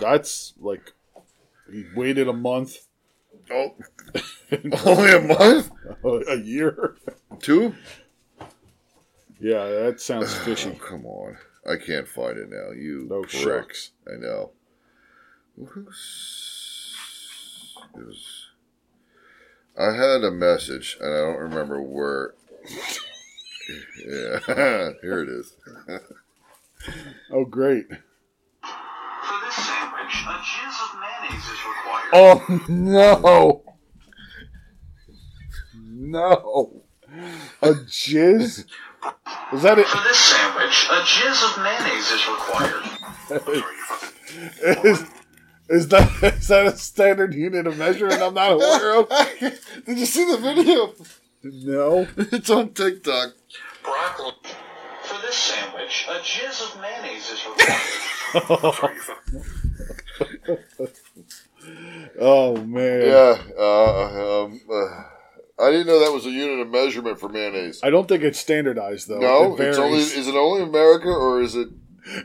That's like. He waited a month,
Oh, only a month,
a year.
two.
Yeah, that sounds fishy.
Come on, I can't find it now. You
No
pricks.
shucks.
I know. Who's- it was- I had a message, and I don't remember where. yeah, here it is.
Oh, great.
For this sandwich, a jizz of mayonnaise is required.
Oh, no. No. A jizz? Is that it?
For this sandwich, a jizz of mayonnaise is required.
Is, is that is that a standard unit of measurement I'm not aware of?
Did you see the video?
No.
It's on TikTok.
Broccoli. For this sandwich, a jizz of mayonnaise is required.
Oh man.
Yeah. Uh, um, uh, I didn't know that was a unit of measurement for mayonnaise.
I don't think it's standardized though.
No,
It
it's only
varies.
is it only America or is it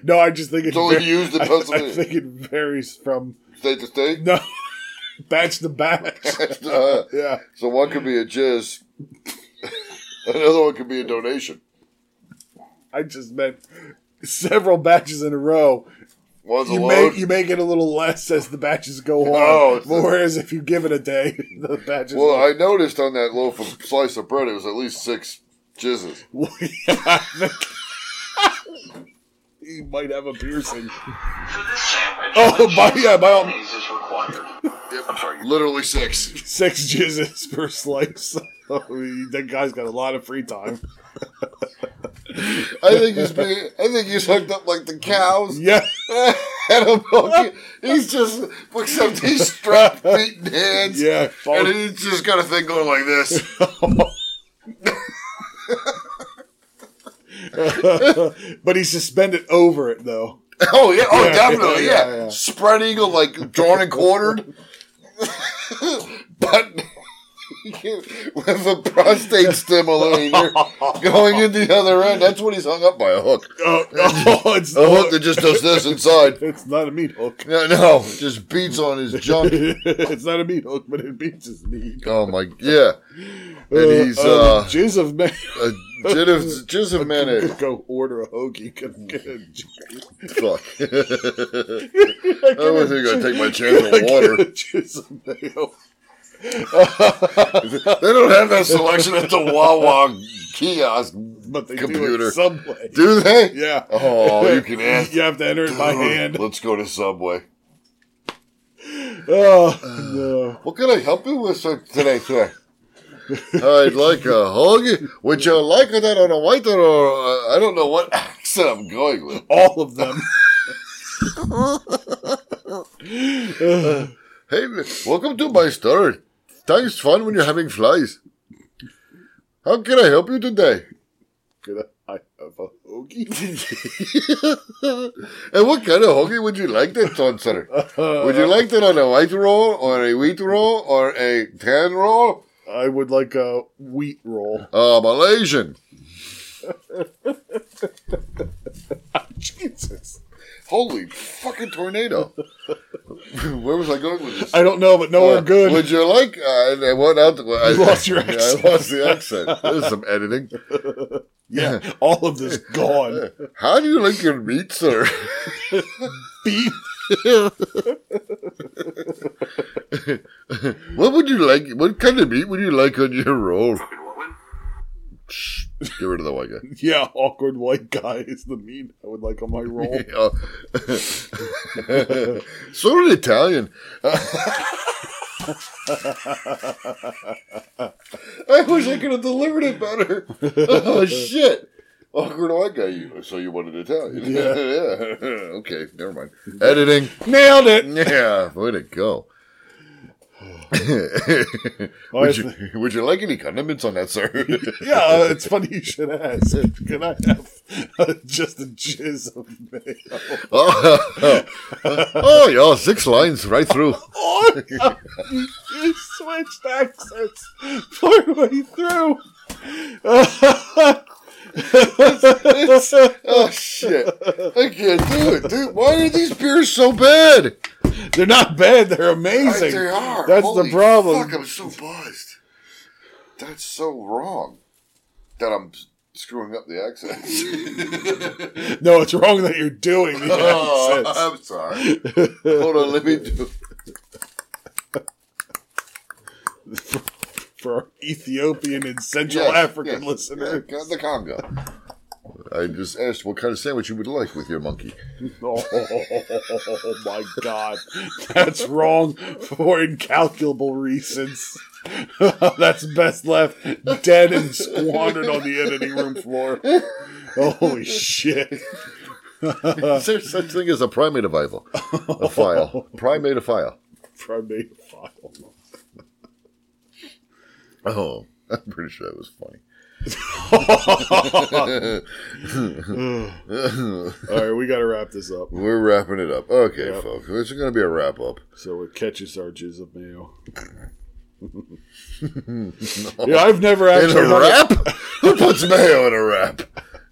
no. I just think it's
only used in
I- I,
Pennsylvania.
think it varies from
state to state?
no batch to batch.
Uh,
yeah.
So one could be a jizz, another one could be a donation.
I just meant several batches in a row.
One's
You
a
make
load.
you make it a little less as the batches go on.
Oh, it's-
whereas if you give it a day, the batches.
well, I noticed on that loaf of slice of bread, it was at least six jizzes.
you might have a piercing.
For this sandwich,
Oh,
a
by-
jizz
yeah,
of
by all-
mayonnaise is required.
I'm sorry, literally six.
six jizzes per slice. Oh, that guy's got a lot of free time.
I think he's being, I think he's hooked up like the cows
Yeah,
and a monkey. He's just except he's strapped, feet and hands.
yeah.
and he's just got a thing going like this.
but he's suspended over it though.
Oh yeah, oh
Yeah,
definitely,
yeah,
yeah,
yeah.
Spread eagle, like drawn and quartered. but with a prostate stimulator going in the other end, that's what he's hung up by a hook.
Oh, oh, it's
a hook that just does this inside.
It's not a meat hook.
No, no, just beats on his junk.
it's not a meat hook, but it beats his meat.
Oh my, yeah. And
Uh,
he's
uh,
uh,
jizz of man.
a jit of jizz of mayonnaise.
Go order a hoagie. Go get a jizz-
Fuck. I wasn't gonna take my chance
go
on
get
water.
a jizz of mayo.
They don't have that selection at the Wawa kiosk
But they do
computer.
it some way.
Do they?
Yeah.
Oh, you can ask.
You have to enter it by hand.
Let's go to Subway.
Oh,
Uh.
no.
What can I help you with sir, today, sir? I'd like a hug. Would you like that on a white or uh, I don't know what accent I'm going with.
All of them.
Hey, welcome to my store. Time's fun when you're having flies. How can I help you today?
Could I have a hoagie?
And what kind of hoagie would you like that on, sir?
Uh,
Would you like that on a white roll or a wheat roll or a tan roll?
I would like a wheat roll.
Uh, Malaysian.
Jesus.
Holy fucking tornado. Where was I going with this?
I don't know, but nowhere Oh,
Uh,
good.
Would you like? Uh, and I went out. I,
You lost your
yeah,
accent.
I lost the accent. There's some editing.
yeah, all of this gone.
How do you like your meat, sir?
Beef.
What would you like? What kind of meat would you like on your roll? Shh, Get rid of the white guy.
Yeah, awkward white guy is the meat I would like on my roll.
Uh, so did Italian. I wish I could have delivered it better. oh shit! Awkward white guy. You so you wanted Italian? Yeah. yeah. Okay. Never mind. Editing.
Nailed it.
Yeah, way to go. would, you, would you like any condiments on that, sir?
Yeah, uh, it's funny you should ask. Can I have uh, just a jizz of mayo?
oh, oh, yeah, six lines right through.
Oh, you switched accents partway through.
Oh, shit. I can't do it, dude. Why are these beers so bad?
They're not bad. They're amazing.
They are.
That's
Holy
the problem.
Fuck, I'm so buzzed. That's so wrong that I'm screwing up the accents.
No, it's wrong that you're doing the
Oh,
accents.
I'm sorry. Hold on, let me do.
for our Ethiopian and Central
Yes,
African
yes,
listeners.
yeah, the Congo. I just asked what kind of sandwich you would like with your monkey.
Oh my God, that's wrong for incalculable reasons. that's best left dead and squandered on the editing room floor. Holy shit! Uh,
Is there such thing as a primate file? A file. Primate file.
Primate file.
Oh, I'm pretty sure that was funny.
All right, we got to wrap this up.
We're wrapping it up. Okay,
Yep.
folks. This is going to be a wrap up.
So it catches our jizz of mayo. yeah, I've never
In
actually
a
had
wrap? Who puts mayo in a wrap?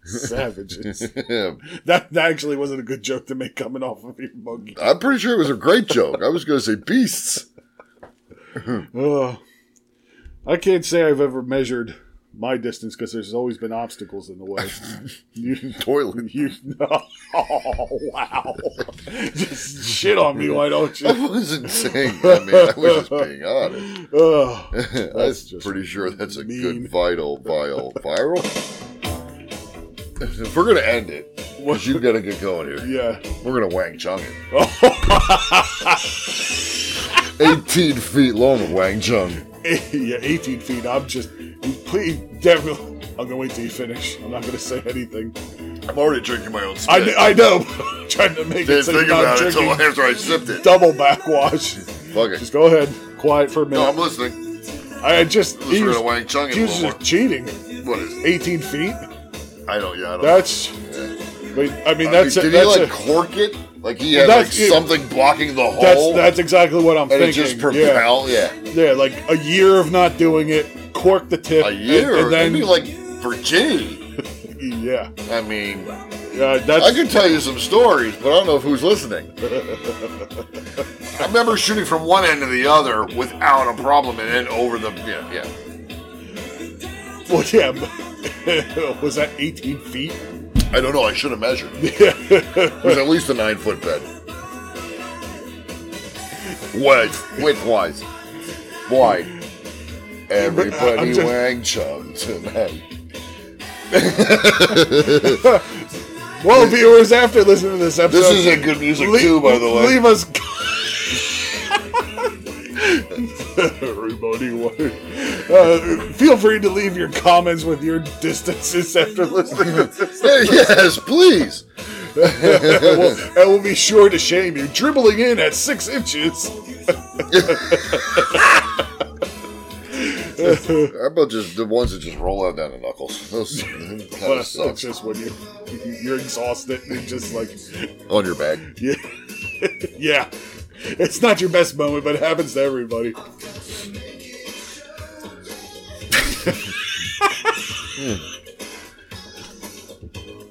savages. That, that actually wasn't a good joke to make coming off of your monkey.
I'm pretty sure it was a great joke. I was going to say beasts.
Ugh. I can't say I've ever measured my distance because there's always been obstacles in the way. you,
Toilet.
you, oh, wow. Just shit on me, why don't
I
you?
wasn't saying. I mean, I was just being honest.
Ugh.
I'm
just
pretty sure that's a
mean.
good vital vial viral. If we're gonna end it, once you gotta get going here,
yeah.
we're gonna wang chung it. Eighteen feet long wang chung.
yeah, 18 feet. I'm just, please, definitely. I'm going to wait till you finish. I'm not going to say anything.
I'm already drinking my own
I,
spit.
kn- I know. I'm trying to make it
didn't
so
think
you're not
about it until
drinking
after I sipped it.
double backwash.
Fuck it.
Just go ahead. Quiet for a minute.
no, I'm listening.
I just
Unless
he
we're
was,
gonna wang chung it a
he was
little
just cheating.
more. What is it?
18 feet.
I don't. Yeah, I don't.
That's But I mean,
I
that's
mean,
a-
Uh, did he
that's
like
a-
cork it? Like he had like
That's it.
something blocking the
That's
hole.
that's exactly what I'm
And it
thinking.
just propel- yeah.
yeah, like a year of not doing it, cork the tip.
a year.
and, and then
It'd be like Virginia.
yeah,
I mean,
that's-
I could tell you some stories, but I don't know if who's listening. I remember shooting from one end to the other without a problem, and then over the yeah, yeah.
well, yeah. but- was that 18 feet?
I don't know. I should have measured. it was at least a nine foot bed. Width, width wise, wide.
I'm
Everybody
just-
wang chung tonight.
Well, viewers, after listening to this episode,
This is a good music
lea-
too, by the way.
Leave us. Everybody, word. Uh, feel free to leave your comments with your distances after listening to this.
yes, please.
and, we'll, and we'll be sure to shame you, dribbling in at six inches.
How about just the ones that just roll out down the knuckles? Those kind
Well,
of
it's
sucks.
just when you you're exhausted and you're just like
On your back.
yeah, yeah. It's not your best moment, but it happens to everybody.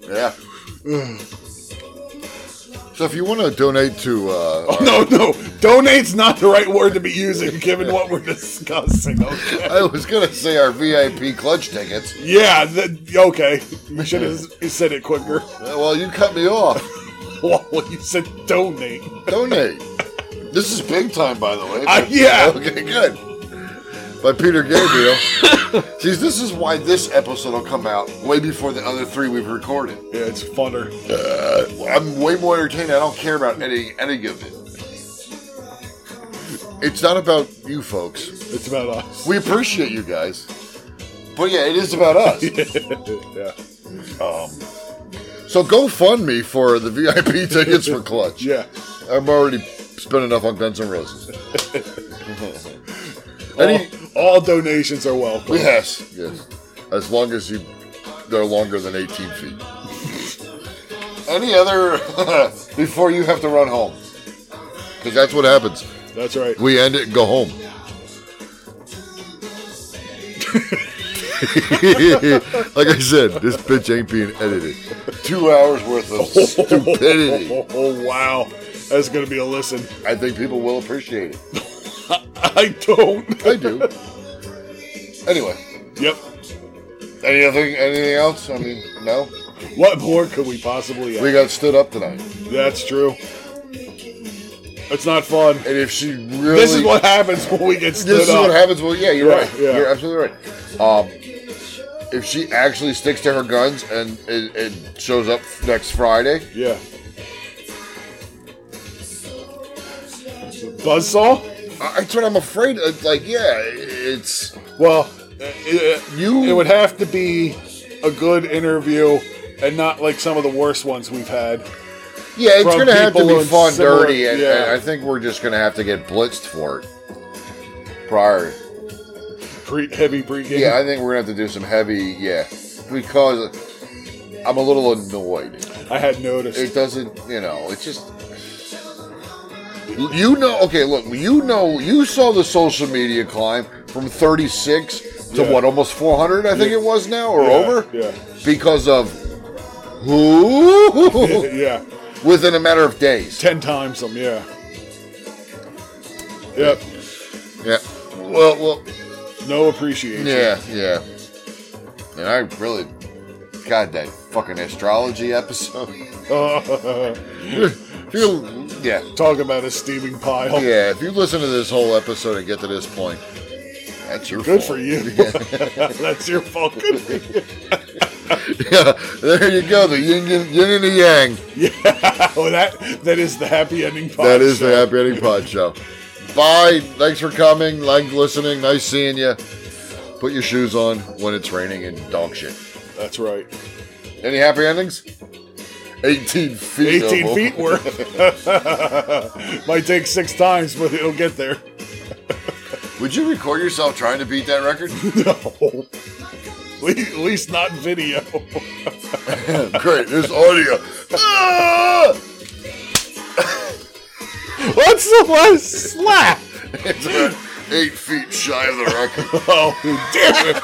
Yeah. So if you want to donate to, uh, our-
Oh, No, no, donate's not the right word to be using given what we're discussing. Okay.
I was gonna say our VIP clutch tickets.
Yeah, th- okay. You should have s- said it quicker.
Well, you cut me off.
Well, you said donate.
Donate. This is big time, by the way.
Uh, yeah.
Okay, good. By Peter Gabriel. See, this is why this episode will come out way before the other three we've recorded.
Yeah, it's funner.
I'm way more entertained. I don't care about any any of it. It's not about you folks.
It's about us.
We appreciate you guys, but yeah, it is about us.
yeah,
So go fund me for the VIP tickets for Clutch.
yeah.
I've already spent enough on Guns N' Roses. Any,
All donations are welcome.
yes, yes. As long as you, they're longer than 18 feet. Any other before you have to run home? Because that's what happens.
That's right.
We end it and go home. like I said, this bitch ain't being edited. Two hours worth of stupidity.
Oh, oh, wow, that's gonna be a listen.
I think people will appreciate it.
I don't.
I do. anyway,
Yep.
anything, anything else? I mean, no.
What more could we possibly
We
have?
got stood up tonight,
That's true. It's not fun.
and if she really,
This is what happens when we get stood
this is
up.
what happens. Well, yeah, you're
Yeah,
right.
yeah.
You're absolutely right. Um, if she actually sticks to her guns and, and, and shows up next Friday,
Yeah. Buzzsaw?
I- that's what I'm afraid. Of. Like, yeah, it's
Well, Uh, it, uh,
you.
it would have to be a good interview and not like some of the worst ones we've had.
yeah, it's
from
gonna have to
people
be
in
fun,
similar-
dirty, and,
yeah.
and I think we're just gonna have to get blitzed for it prior.
Pre- heavy pregame.
Yeah, I think we're gonna have to do some heavy. Yeah, because I'm a little annoyed.
I, had noticed.
It doesn't, you know. It's just you know. Okay, look, you know, you saw the social media climb from 36 to
Yeah.
what, almost 400, I think it was now or
Yeah,
over,
Yeah.
because of who
yeah.
within a matter of days.
Ten times them, yeah. Yep.
Yeah. Well, well,
No appreciation.
yeah, yeah. And I really, God, that fucking astrology episode. If you- yeah.
Talk about a steaming pile.
Yeah, if you listen to this whole episode and get to this point, that's your
Good
fault.
for you. That's your fault. Good for you.
yeah, there you go. The yin, yin, yin and the yang.
Oh, that that is the happy ending. Pod
that is the
show.
Happy Ending Pod Show. Bye. Thanks for coming. Like listening. Nice seeing you. Put your shoes on when it's raining and dog shit.
That's right.
Any happy endings? 18 feet.
18
Noble.
feet worth. Might take six times, but it'll get there.
Would you record yourself trying to beat that record?
No. Le- At least not video.
Great, there's audio. Ah!
What's the last slap?
It's about eight feet shy of the rocket.
Oh, damn it.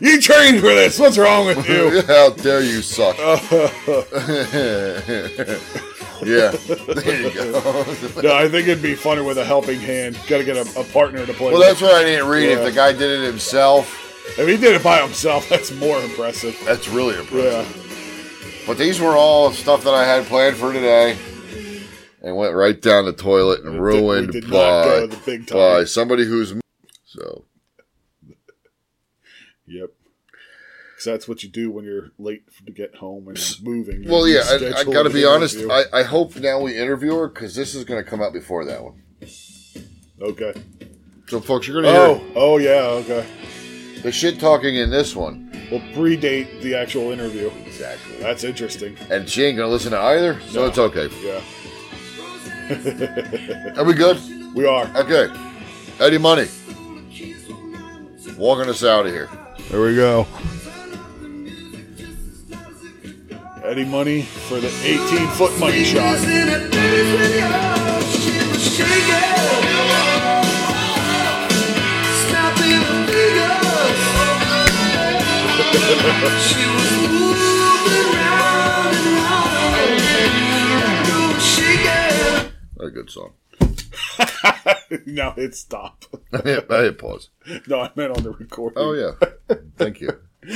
You trained for this. What's wrong with you?
How dare you suck? yeah, there you go.
No, I think it'd be funner with a helping hand. Got to get a, a partner to play
Well,
with.
that's what I didn't read. If
Yeah.
the guy did it himself,
If he did it by himself, that's more impressive.
that's really
Yeah.
impressive. But these were all stuff that I had planned for today, and went right down the toilet and
we
ruined
did not
by,
go the big time.
by somebody who's so.
Yep. Because that's what you do when you're late to get home and you're moving.
Well,
You
yeah, I, I
schedule
got to
an
be honest.
interview.
I, I hope now we interview her because this is going to come out before that one.
Okay.
So, folks, you're going to
Oh, oh yeah, okay.
hear the shit talking in this one.
Well, predate the actual interview.
Exactly.
That's interesting.
And she ain't going to listen to either, so
No.
it's okay.
Yeah,
Are we good?
we are.
Okay. Eddie Money. Walking us out of here.
There we go. Eddie Money for the 18 foot money shot.
Not a good song.
now hit stop.
I hit pause.
No, I meant on the recording.
Oh, yeah. Oh, Thank you.